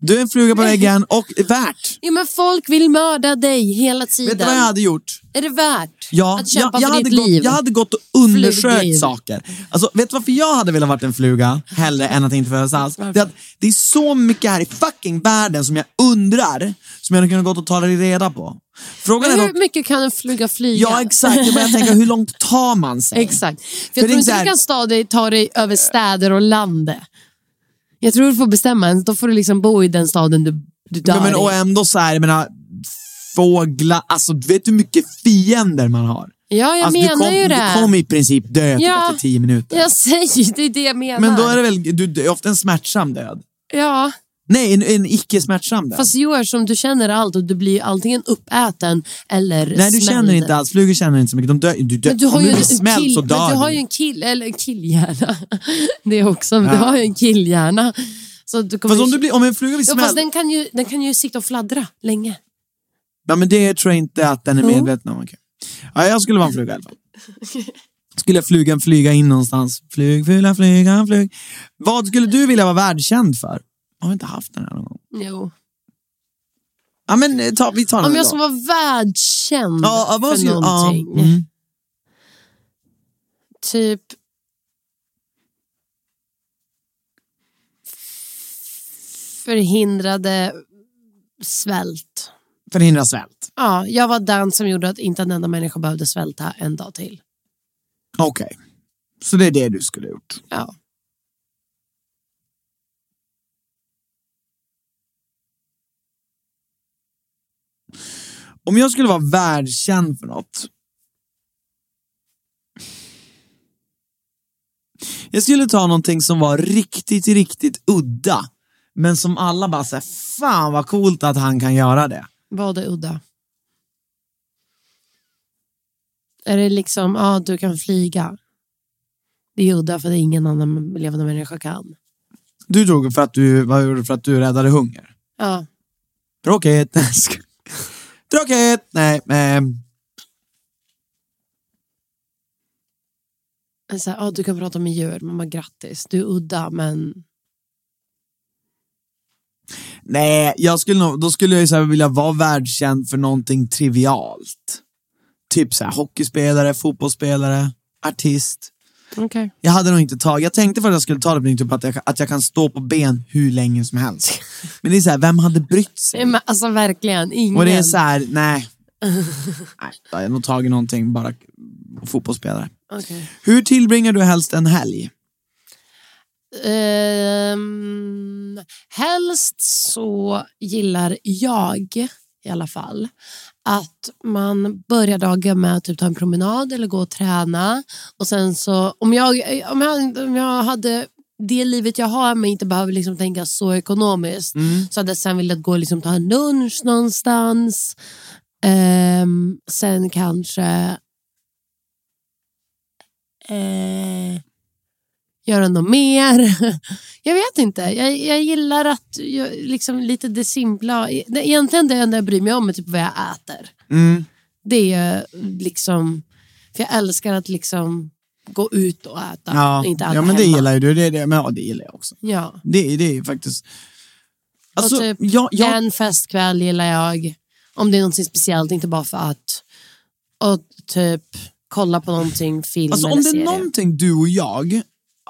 [SPEAKER 1] Du är en fluga på väggen och värt.
[SPEAKER 2] Ja, men folk vill mörda dig hela tiden.
[SPEAKER 1] Vet du vad jag hade gjort?
[SPEAKER 2] Är det värt
[SPEAKER 1] Ja,
[SPEAKER 2] att kämpa
[SPEAKER 1] jag, jag,
[SPEAKER 2] för
[SPEAKER 1] hade
[SPEAKER 2] ditt
[SPEAKER 1] gått,
[SPEAKER 2] liv?
[SPEAKER 1] jag hade gått och undersökt
[SPEAKER 2] Flugliv.
[SPEAKER 1] saker. Alltså, vet du varför jag hade velat varit en fluga hellre än att inte födas alls? Det är, att, det är så mycket här i fucking världen som jag undrar, som jag hade kunnat gått och ta reda på. Frågan är dock,
[SPEAKER 2] Hur mycket kan en fluga flyga?
[SPEAKER 1] ja exakt, jag börjar tänka hur långt tar man sig?
[SPEAKER 2] Exakt. För
[SPEAKER 1] För
[SPEAKER 2] jag
[SPEAKER 1] det är
[SPEAKER 2] tror inte
[SPEAKER 1] så här-
[SPEAKER 2] du kan ta dig, ta dig över städer och land. Jag tror du får bestämma. Då får du liksom bo i den staden du, du dör
[SPEAKER 1] Men, men, och
[SPEAKER 2] i.
[SPEAKER 1] ändå så här, jag menar, fåglar, alltså du vet hur mycket fiender man har.
[SPEAKER 2] Ja, jag
[SPEAKER 1] Alltså, du,
[SPEAKER 2] menar
[SPEAKER 1] kom,
[SPEAKER 2] ju det.
[SPEAKER 1] du kom i princip död typ
[SPEAKER 2] Ja.
[SPEAKER 1] efter tio minuter.
[SPEAKER 2] Jag säger ju, det är det jag menar.
[SPEAKER 1] Men då är det väl du, det är ofta en smärtsam död?
[SPEAKER 2] Ja,
[SPEAKER 1] Nej, en, en icke-smärtsam död.
[SPEAKER 2] fast jo, som du känner allt och du blir antingen uppäten eller
[SPEAKER 1] Nej, du
[SPEAKER 2] smälld.
[SPEAKER 1] känner inte alls. Flugor känner inte så mycket. De dör, du dör.
[SPEAKER 2] Men du har
[SPEAKER 1] om
[SPEAKER 2] ju
[SPEAKER 1] du blir
[SPEAKER 2] en,
[SPEAKER 1] smälld
[SPEAKER 2] kill,
[SPEAKER 1] så
[SPEAKER 2] men du
[SPEAKER 1] dör
[SPEAKER 2] har ju en kill, eller en killhjärna. Det är också, men du har ju en killhjärna. Så du kommer
[SPEAKER 1] Fast om,
[SPEAKER 2] ju-
[SPEAKER 1] du blir, om en fluga blir
[SPEAKER 2] ja, fast
[SPEAKER 1] smälld...
[SPEAKER 2] den kan, ju, den kan ju sitta och fladdra länge.
[SPEAKER 1] Ja, men det tror jag inte att den är medveten om. Okej. Ja, jag skulle vara en fluga i alla fall. Skulle flugan flyga in någonstans? Flug, fula, flygan, flug. Vad skulle du vilja vara världskänd för? Jag har inte haft den här någon gång.
[SPEAKER 2] Jo.
[SPEAKER 1] Ja, men eh, ta, vi tar den
[SPEAKER 2] Om
[SPEAKER 1] då.
[SPEAKER 2] jag som var världskänd
[SPEAKER 1] ja, ja, vad
[SPEAKER 2] för
[SPEAKER 1] skulle,
[SPEAKER 2] någonting.
[SPEAKER 1] Ja, mm.
[SPEAKER 2] Typ... Förhindrade svält.
[SPEAKER 1] Förhindra svält.
[SPEAKER 2] Ja, jag var den som gjorde att inte en enda människa behövde svälta en dag till.
[SPEAKER 1] Okej. Så det är det du skulle ha gjort.
[SPEAKER 2] Ja.
[SPEAKER 1] Om jag skulle vara världskänd för något. Jag skulle ta någonting som var riktigt, riktigt udda. Men som alla bara säger, fan vad coolt att han kan göra det.
[SPEAKER 2] Vad är udda? Är det liksom, ja du kan flyga. Det är udda för det är ingen annan levande människa kan.
[SPEAKER 1] Du drog för att du, vad gjorde du för att du räddade hunger?
[SPEAKER 2] Ja,
[SPEAKER 1] Tråkigt. Tråkigt! Nej, ehm,
[SPEAKER 2] men så här, ja du kan prata med djur, man bara grattis. Du är udda men
[SPEAKER 1] nej jag skulle nog, då skulle jag ju så här vilja vara världskänd för någonting trivialt. Typ så här, hockeyspelare, fotbollsspelare, artist.
[SPEAKER 2] okej.
[SPEAKER 1] Jag hade nog inte tagit, jag tänkte för att jag skulle ta det på typ att jag, att jag kan stå på ben hur länge som helst. Men det är så här, vem hade brytt sig?
[SPEAKER 2] Nej, Men alltså verkligen, ingen.
[SPEAKER 1] Och det är så här, nej. nej jag hade nog tagit någonting, bara fotbollsspelare.
[SPEAKER 2] Okej.
[SPEAKER 1] Hur tillbringar du helst en helg?
[SPEAKER 2] Ehm, helst så gillar jag i alla fall att man börjar dagen med att typ ta en promenad eller gå och träna. Och sen så, om jag, om jag, om jag hade det livet jag har men inte behöver liksom tänka så ekonomiskt så hade jag sen velat gå och liksom ta en lunch någonstans. Ehm, sen kanske eh, göra något mer. Jag vet inte. Jag, jag gillar att jag, liksom lite det simpla. Det- Egentligen det enda jag bryr mig om är typ vad jag äter.
[SPEAKER 1] Mm.
[SPEAKER 2] Det är ju liksom... För jag älskar att liksom gå ut och äta.
[SPEAKER 1] Ja,
[SPEAKER 2] inte äta
[SPEAKER 1] ja men det
[SPEAKER 2] hemma.
[SPEAKER 1] gillar ju du, det, är det, men ja, det gillar jag också.
[SPEAKER 2] Ja.
[SPEAKER 1] Det, det är ju faktiskt... Alltså,
[SPEAKER 2] och typ
[SPEAKER 1] jag, jag,
[SPEAKER 2] en festkväll gillar jag. Om det är någonting speciellt, inte bara för att. Och typ kolla på någonting, film
[SPEAKER 1] Alltså
[SPEAKER 2] eller
[SPEAKER 1] om det
[SPEAKER 2] serie.
[SPEAKER 1] är någonting du och jag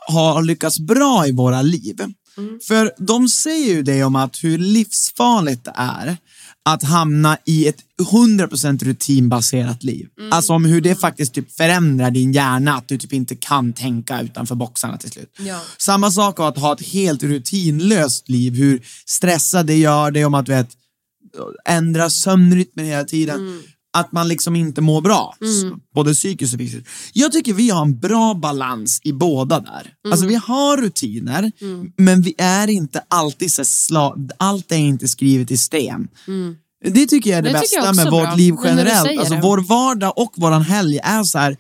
[SPEAKER 1] har lyckats bra i våra liv.
[SPEAKER 2] Mm.
[SPEAKER 1] För de säger ju det om att hur livsfarligt det är att hamna i ett 100% rutinbaserat liv.
[SPEAKER 2] Mm.
[SPEAKER 1] Alltså om hur det faktiskt typ förändrar din hjärna, att du typ inte kan tänka utanför boxarna till slut. Samma sak av att ha ett helt rutinlöst liv, hur stressad det gör dig om att du vet, ändra sömnrytmen hela tiden.
[SPEAKER 2] Mm.
[SPEAKER 1] Att man liksom inte mår bra, s- både psykiskt och fysiskt. Jag tycker vi har en bra balans i båda där.
[SPEAKER 2] Mm.
[SPEAKER 1] Alltså vi har rutiner, men vi är inte alltid så sla- allt är inte skrivet i sten. Det tycker jag är det,
[SPEAKER 2] Mm. Det tycker jag
[SPEAKER 1] bästa med
[SPEAKER 2] också är
[SPEAKER 1] vårt
[SPEAKER 2] bra.
[SPEAKER 1] liv
[SPEAKER 2] Men när du
[SPEAKER 1] generellt.
[SPEAKER 2] säger
[SPEAKER 1] Alltså
[SPEAKER 2] det.
[SPEAKER 1] vår vardag och våran helg är så här,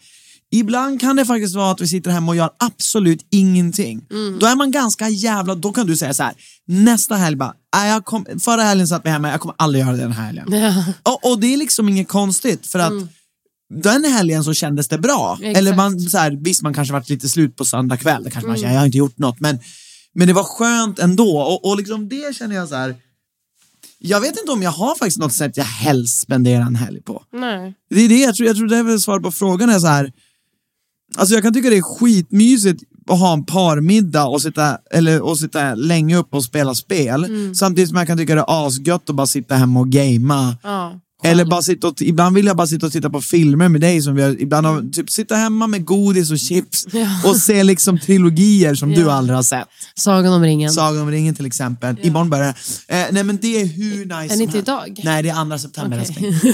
[SPEAKER 1] ibland kan det faktiskt vara att vi sitter hemma och gör absolut ingenting. Då är man ganska jävla, då kan du säga så här, nästa helg bara, "Nej, jag kom, förra helgen satt vi hemma, jag kommer aldrig göra det den här helgen. Och, och det är liksom inget konstigt för att Den helgen så kändes det bra.
[SPEAKER 2] Exakt.
[SPEAKER 1] Eller man, så här, visst, man kanske varit lite slut på söndag kväll. Det kanske man känner, jag har inte gjort något. Men, men det var skönt ändå. Och, och liksom det känner jag så här. Jag vet inte om jag har faktiskt något sätt jag helst spenderar en helg på.
[SPEAKER 2] Nej.
[SPEAKER 1] Det är det jag tror, jag tror det är väl svaret på frågan är så här. Alltså jag kan tycka det är skitmysigt att ha en parmiddag och sitta, eller, och sitta länge upp och spela spel.
[SPEAKER 2] Mm.
[SPEAKER 1] Samtidigt som jag kan tycka det är asgött att bara sitta hemma och gamea.
[SPEAKER 2] Ja.
[SPEAKER 1] Eller bara sitta och, ibland vill jag bara sitta och titta på filmer med dig som vi har, ibland
[SPEAKER 2] Mm.
[SPEAKER 1] har, typ sitta hemma med godis och chips och se liksom trilogier som du aldrig har sett.
[SPEAKER 2] Sagan om ringen.
[SPEAKER 1] Sagan om ringen till exempel. Imorgon börjar det. eh, Nej men det är hur nice
[SPEAKER 2] Är
[SPEAKER 1] som
[SPEAKER 2] det inte
[SPEAKER 1] helst.
[SPEAKER 2] idag?
[SPEAKER 1] Nej det är andra september
[SPEAKER 2] Okej.
[SPEAKER 1] älskling.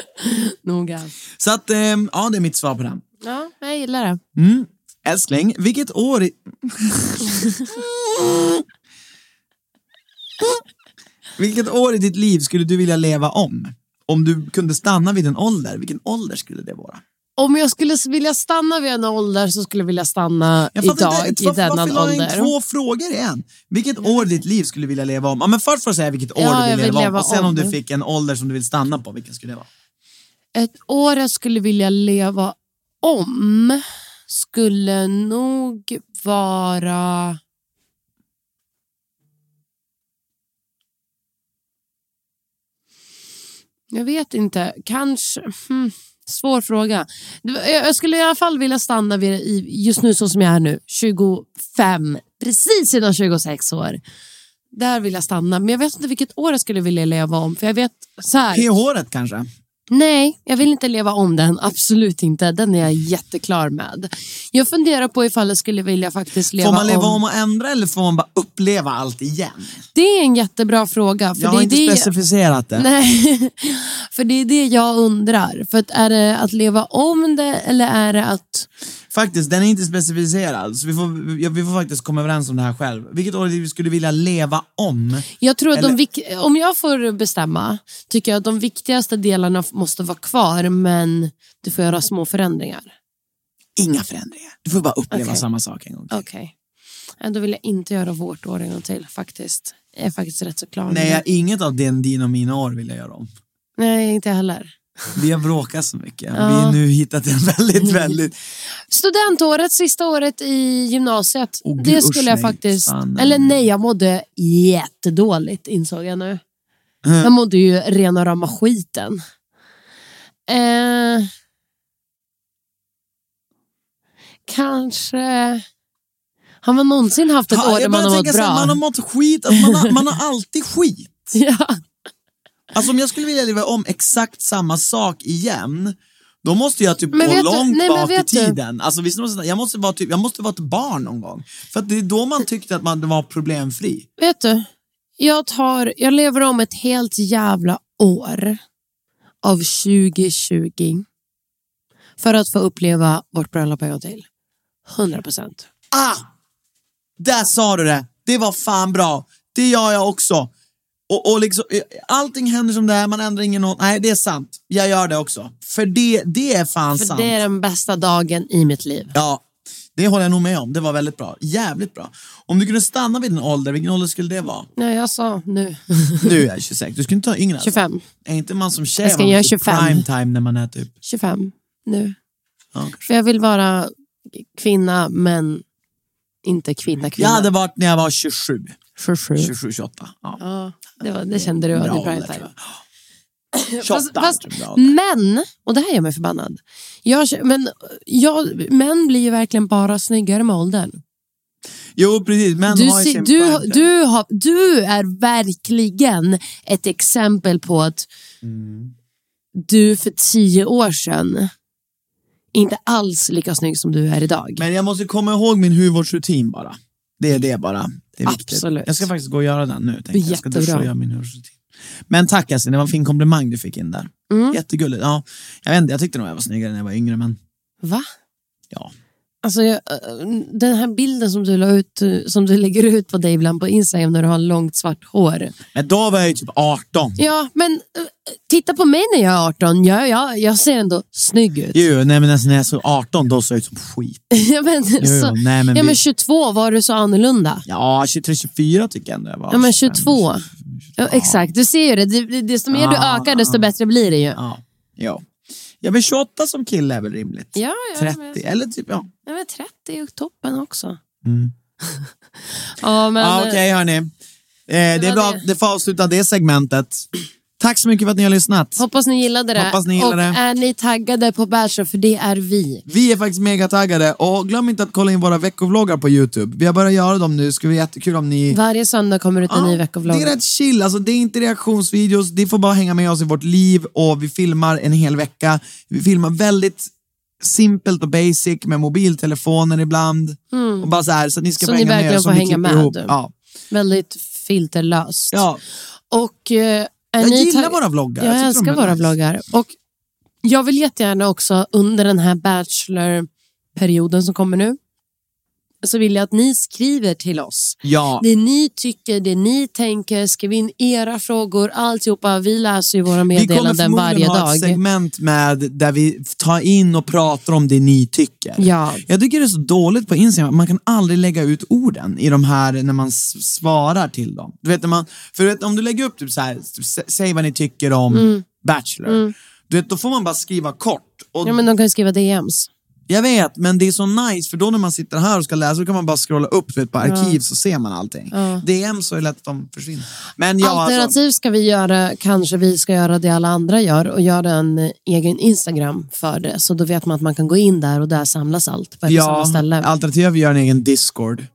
[SPEAKER 2] Noga.
[SPEAKER 1] Så att, ehm, ja, det är mitt svar på den.
[SPEAKER 2] Ja, jag gillar det.
[SPEAKER 1] Älskling, vilket år... I... vilket år i ditt liv skulle du vilja leva om? Om du kunde stanna vid en ålder, vilken ålder skulle det vara?
[SPEAKER 2] Om jag skulle vilja stanna vid en ålder så skulle jag vilja stanna
[SPEAKER 1] Jag fattar
[SPEAKER 2] idag
[SPEAKER 1] inte,
[SPEAKER 2] i
[SPEAKER 1] varför,
[SPEAKER 2] denna
[SPEAKER 1] varför la jag in
[SPEAKER 2] ålder.
[SPEAKER 1] två frågor i en? Vilket år i ditt liv skulle du vilja leva om? Ja, men först får du säga vilket år
[SPEAKER 2] Ja,
[SPEAKER 1] du
[SPEAKER 2] jag
[SPEAKER 1] vill
[SPEAKER 2] vill
[SPEAKER 1] leva, om
[SPEAKER 2] leva
[SPEAKER 1] och sen om.
[SPEAKER 2] om.
[SPEAKER 1] du fick en ålder som du vill stanna på, vilken skulle det vara?
[SPEAKER 2] Ett år jag skulle vilja leva om skulle nog vara... Jag vet inte. Kanske... Hmm. Svår fråga. Det var- Jag jag skulle i alla fall vilja stanna vid, i- just nu så som jag är nu, 25. Precis innan 26 år. Där vill jag stanna. Men jag vet inte vilket år jag skulle vilja leva om. För jag vet så här.
[SPEAKER 1] PH-året kanske?
[SPEAKER 2] Nej, jag vill inte leva om den. Absolut inte. Den är jag jätteklar med. Jag funderar på ifall jag skulle vilja faktiskt leva,
[SPEAKER 1] Får man leva om. och ändra eller får man bara uppleva allt igen?
[SPEAKER 2] Det är en jättebra fråga. För
[SPEAKER 1] Jag
[SPEAKER 2] det
[SPEAKER 1] har
[SPEAKER 2] är
[SPEAKER 1] inte
[SPEAKER 2] det...
[SPEAKER 1] specificerat det.
[SPEAKER 2] Nej, för det är det jag undrar. För att är det att leva om det eller är det att...
[SPEAKER 1] Faktiskt, den är inte specificerad. Så vi får, ja, vi får faktiskt komma överens om det här själv. Vilket år du skulle vilja leva om?
[SPEAKER 2] Jag tror att
[SPEAKER 1] Eller-
[SPEAKER 2] de vik... om jag får bestämma tycker jag att de viktigaste delarna måste vara kvar men du får göra små förändringar.
[SPEAKER 1] Inga förändringar. Du får bara uppleva
[SPEAKER 2] Okej.
[SPEAKER 1] samma sak en gång till.
[SPEAKER 2] Okej. Okay. Då vill jag inte göra vårt år en gång till faktiskt. Jag är faktiskt rätt så klar med
[SPEAKER 1] Nej,
[SPEAKER 2] det.
[SPEAKER 1] jag, inget av den, dina och mina år vill jag göra om.
[SPEAKER 2] Nej, inte jag heller.
[SPEAKER 1] Vi har bråkat så mycket. Vi har nu hittat en väldigt, väldigt...
[SPEAKER 2] Studentåret, sista året i gymnasiet.
[SPEAKER 1] Åh, gud,
[SPEAKER 2] det
[SPEAKER 1] usch,
[SPEAKER 2] skulle jag
[SPEAKER 1] nej.
[SPEAKER 2] faktiskt...
[SPEAKER 1] Fan,
[SPEAKER 2] eller
[SPEAKER 1] nej.
[SPEAKER 2] nej, jag mådde jättedåligt insåg jag nu.
[SPEAKER 1] Mm.
[SPEAKER 2] Jag mådde ju rena rama skiten. Eh, kanske... Har man någonsin haft ett år där
[SPEAKER 1] jag
[SPEAKER 2] man
[SPEAKER 1] börjar
[SPEAKER 2] har
[SPEAKER 1] tänka
[SPEAKER 2] mått
[SPEAKER 1] så här,
[SPEAKER 2] bra?
[SPEAKER 1] man har mått skit. Alltså, man, har, man har alltid skit.
[SPEAKER 2] ja.
[SPEAKER 1] Alltså om jag skulle vilja leva om exakt samma sak igen, då måste jag typ
[SPEAKER 2] Men
[SPEAKER 1] gå
[SPEAKER 2] vet du-
[SPEAKER 1] långt
[SPEAKER 2] nej, men
[SPEAKER 1] bak i
[SPEAKER 2] vet du-
[SPEAKER 1] tiden. Alltså, visst, måste- jag, måste vara typ, jag måste vara ett barn någon gång. För att det är då man tyckte att man var problemfri.
[SPEAKER 2] Vet du, jag, tar, jag lever om ett helt jävla år av 2020 för att få uppleva vårt bröllop en gång till. 100 procent.
[SPEAKER 1] Ah! Där sa du det! Det var fan bra! Det gör jag också! Och, och liksom, eh, allting händer som det är, man ändrar ingen ordning. Nej, det är sant. Jag gör det också. För det, det är fan
[SPEAKER 2] För
[SPEAKER 1] sant.
[SPEAKER 2] det är den bästa dagen i mitt liv.
[SPEAKER 1] Ja, det håller jag nog med om. Det var väldigt bra. Jävligt bra. Om du kunde stanna vid din ålder, vilken ålder skulle det vara?
[SPEAKER 2] Nej, jag sa nu.
[SPEAKER 1] Nu är jag 26. Du skulle inte ta yngre alltså?
[SPEAKER 2] 25.
[SPEAKER 1] Är inte man som tjej
[SPEAKER 2] Jag ska
[SPEAKER 1] man
[SPEAKER 2] göra
[SPEAKER 1] typ
[SPEAKER 2] 25.
[SPEAKER 1] prime time när man är typ...
[SPEAKER 2] 25 nu.
[SPEAKER 1] Ja, kanske.
[SPEAKER 2] För jag vill vara kvinna, men inte kvinna,
[SPEAKER 1] jag
[SPEAKER 2] kvinna.
[SPEAKER 1] hade varit när jag var 27.
[SPEAKER 2] 27.
[SPEAKER 1] 27, 28. Ja.
[SPEAKER 2] Ja, det, var, det kände du.
[SPEAKER 1] Bra
[SPEAKER 2] Bra,
[SPEAKER 1] ålder,
[SPEAKER 2] prime
[SPEAKER 1] tror
[SPEAKER 2] time.
[SPEAKER 1] jag. 28
[SPEAKER 2] fast,
[SPEAKER 1] tror jag bra ålder.
[SPEAKER 2] Men, och det här gör mig förbannad. Jag, men, jag, män blir ju verkligen bara snyggare med åldern.
[SPEAKER 1] Jo, precis. Men
[SPEAKER 2] Du,
[SPEAKER 1] har ju
[SPEAKER 2] ser-
[SPEAKER 1] sin
[SPEAKER 2] du,
[SPEAKER 1] prime time.
[SPEAKER 2] du, har, du är verkligen ett exempel på att
[SPEAKER 1] Mm.
[SPEAKER 2] du för tio år sedan inte alls lika snygg som du är idag.
[SPEAKER 1] Men jag måste komma ihåg min hudvårdsrutin bara. Det är det bara. Det är viktigt.
[SPEAKER 2] Absolut.
[SPEAKER 1] Jag ska faktiskt gå och göra den nu. tänkte Jag. jag ska
[SPEAKER 2] Jättebra.
[SPEAKER 1] duscha och göra min hudvårdsrutin. Men tack Astrid, det var en fin komplimang du fick in där.
[SPEAKER 2] Mm.
[SPEAKER 1] Jättegulligt. Ja, jag, vet inte, jag tyckte nog jag var snyggare när jag var yngre, men
[SPEAKER 2] Va?
[SPEAKER 1] ja.
[SPEAKER 2] Alltså, jag, eh, den här bilden som du, la ut, eh, som du lägger ut på dig ibland på Instagram när du har långt svart hår.
[SPEAKER 1] Men då var jag ju typ 18.
[SPEAKER 2] Ja, men eh, titta på mig när jag är 18. Jag, jag, jag ser ändå snygg ut.
[SPEAKER 1] Jo, nej, men alltså, när jag såg 18 då såg jag ut som skit.
[SPEAKER 2] ja, men, så,
[SPEAKER 1] nej, men
[SPEAKER 2] ja,
[SPEAKER 1] vi-
[SPEAKER 2] men 22 var du så annorlunda.
[SPEAKER 1] Ja, 23-24 tycker jag ändå jag var.
[SPEAKER 2] Ja, men
[SPEAKER 1] 25,
[SPEAKER 2] 22.
[SPEAKER 1] 25,
[SPEAKER 2] Ja, exakt, du ser ju det. Det- det- Desto mer du
[SPEAKER 1] Ah.
[SPEAKER 2] ökar, desto bättre blir det ju.
[SPEAKER 1] Ja, ja. ja, men 28 som kille är väl rimligt?
[SPEAKER 2] Ja, ja,
[SPEAKER 1] 30,
[SPEAKER 2] men-
[SPEAKER 1] eller typ ja.
[SPEAKER 2] Nej, men 30 är ju toppen också.
[SPEAKER 1] Mm.
[SPEAKER 2] ja, men,
[SPEAKER 1] Ja, Okej hörni. Eh, det, är
[SPEAKER 2] var
[SPEAKER 1] bra,
[SPEAKER 2] det.
[SPEAKER 1] det får avsluta det segmentet. Tack så mycket för att ni har lyssnat.
[SPEAKER 2] Hoppas ni gillade det.
[SPEAKER 1] Hoppas ni gillade
[SPEAKER 2] och
[SPEAKER 1] det.
[SPEAKER 2] är ni taggade på Bachelor, för det är vi.
[SPEAKER 1] Vi är faktiskt mega taggade och glöm inte att kolla in våra veckovloggar på Youtube. Vi har börjat göra dem nu, skulle vara jättekul om ni...
[SPEAKER 2] Varje söndag kommer ut en ny veckovlogg.
[SPEAKER 1] Ah, Det är rätt chill, alltså, det är inte reaktionsvideos, det får bara hänga med oss i vårt liv och vi filmar en hel vecka. Vi filmar väldigt simpelt och basic med mobiltelefonen ibland. Och bara så, här, så att ni ska få
[SPEAKER 2] Mm. Så ni
[SPEAKER 1] hänga med
[SPEAKER 2] verkligen
[SPEAKER 1] oss och
[SPEAKER 2] får
[SPEAKER 1] vi
[SPEAKER 2] hänga
[SPEAKER 1] klipper
[SPEAKER 2] med.
[SPEAKER 1] ihop. Ja.
[SPEAKER 2] Väldigt filterlöst.
[SPEAKER 1] Ja.
[SPEAKER 2] Och, eh, är
[SPEAKER 1] Jag
[SPEAKER 2] ni
[SPEAKER 1] gillar
[SPEAKER 2] tag-
[SPEAKER 1] våra vloggar. Jag
[SPEAKER 2] Jag,
[SPEAKER 1] tycker de
[SPEAKER 2] älskar
[SPEAKER 1] är
[SPEAKER 2] våra
[SPEAKER 1] nice.
[SPEAKER 2] vloggar. Och Jag vill jättegärna också under den här bachelorperioden som kommer nu så vill jag att ni skriver till oss.
[SPEAKER 1] Ja.
[SPEAKER 2] Det ni tycker, det ni tänker, skriv in era frågor, alltihopa. Vi läser ju våra
[SPEAKER 1] Vi kommer
[SPEAKER 2] meddelanden varje
[SPEAKER 1] förmodligen ha
[SPEAKER 2] dag.
[SPEAKER 1] ett segment med där vi tar in och pratar om det ni tycker.
[SPEAKER 2] Ja.
[SPEAKER 1] Jag tycker det är så dåligt på Instagram, man kan aldrig lägga ut orden i de här när man s- svarar till dem. Du vet, när man, för du vet, om du lägger upp typ så här, s- säg vad ni tycker om
[SPEAKER 2] Mm.
[SPEAKER 1] Bachelor, du vet, då får man bara skriva kort. Och
[SPEAKER 2] Ja, men de kan ju skriva DMs.
[SPEAKER 1] Jag vet, men det är så nice för då när man sitter här och ska läsa då kan man bara scrolla upp du vet, på arkiv så ser man allting. DM så är det lätt att de försvinner. Men ja, alltså,
[SPEAKER 2] Alternativt ska vi göra, kanske vi ska göra det alla andra gör och göra en eh, egen Instagram för det. Så då vet man att man kan gå in där och där samlas allt på ett och samma
[SPEAKER 1] ja,
[SPEAKER 2] ställe.
[SPEAKER 1] alternativt gör vi gör en egen Discord.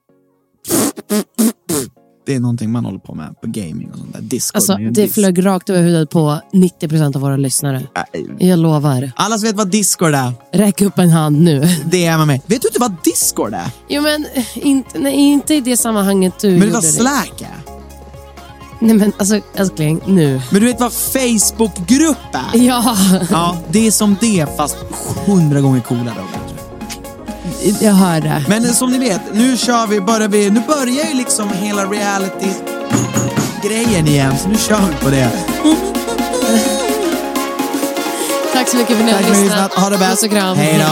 [SPEAKER 1] Det är någonting man håller på med på gaming och sånt där. Discord.
[SPEAKER 2] Alltså,
[SPEAKER 1] man gör en
[SPEAKER 2] det
[SPEAKER 1] dis-
[SPEAKER 2] flög rakt över huvudet på 90 procent av våra lyssnare. Jag lovar.
[SPEAKER 1] Alla som vet vad Discord är,
[SPEAKER 2] Räck upp en hand nu.
[SPEAKER 1] DMa mig. Vet du inte vad Discord är?
[SPEAKER 2] Jo, men inte, nej, inte i det sammanhanget du
[SPEAKER 1] Men du vet
[SPEAKER 2] gjorde
[SPEAKER 1] vad Slack är?
[SPEAKER 2] Nej, men alltså älskling, nu.
[SPEAKER 1] Men du vet vad Facebookgrupp är?
[SPEAKER 2] Ja,
[SPEAKER 1] Ja, det är som det fast hundra gånger coolare och bättre.
[SPEAKER 2] jag hör det.
[SPEAKER 1] Men eh, som ni vet, nu kör vi, börjar vi, nu börjar ju liksom hela reality-grejen igen, så nu kör vi på det.
[SPEAKER 2] Tack så mycket för att ni
[SPEAKER 1] Tack för att
[SPEAKER 2] har
[SPEAKER 1] ni
[SPEAKER 2] lyssnat.
[SPEAKER 1] lyssnat, ha det
[SPEAKER 2] Puss
[SPEAKER 1] bäst.
[SPEAKER 2] och kram.
[SPEAKER 1] Hej då.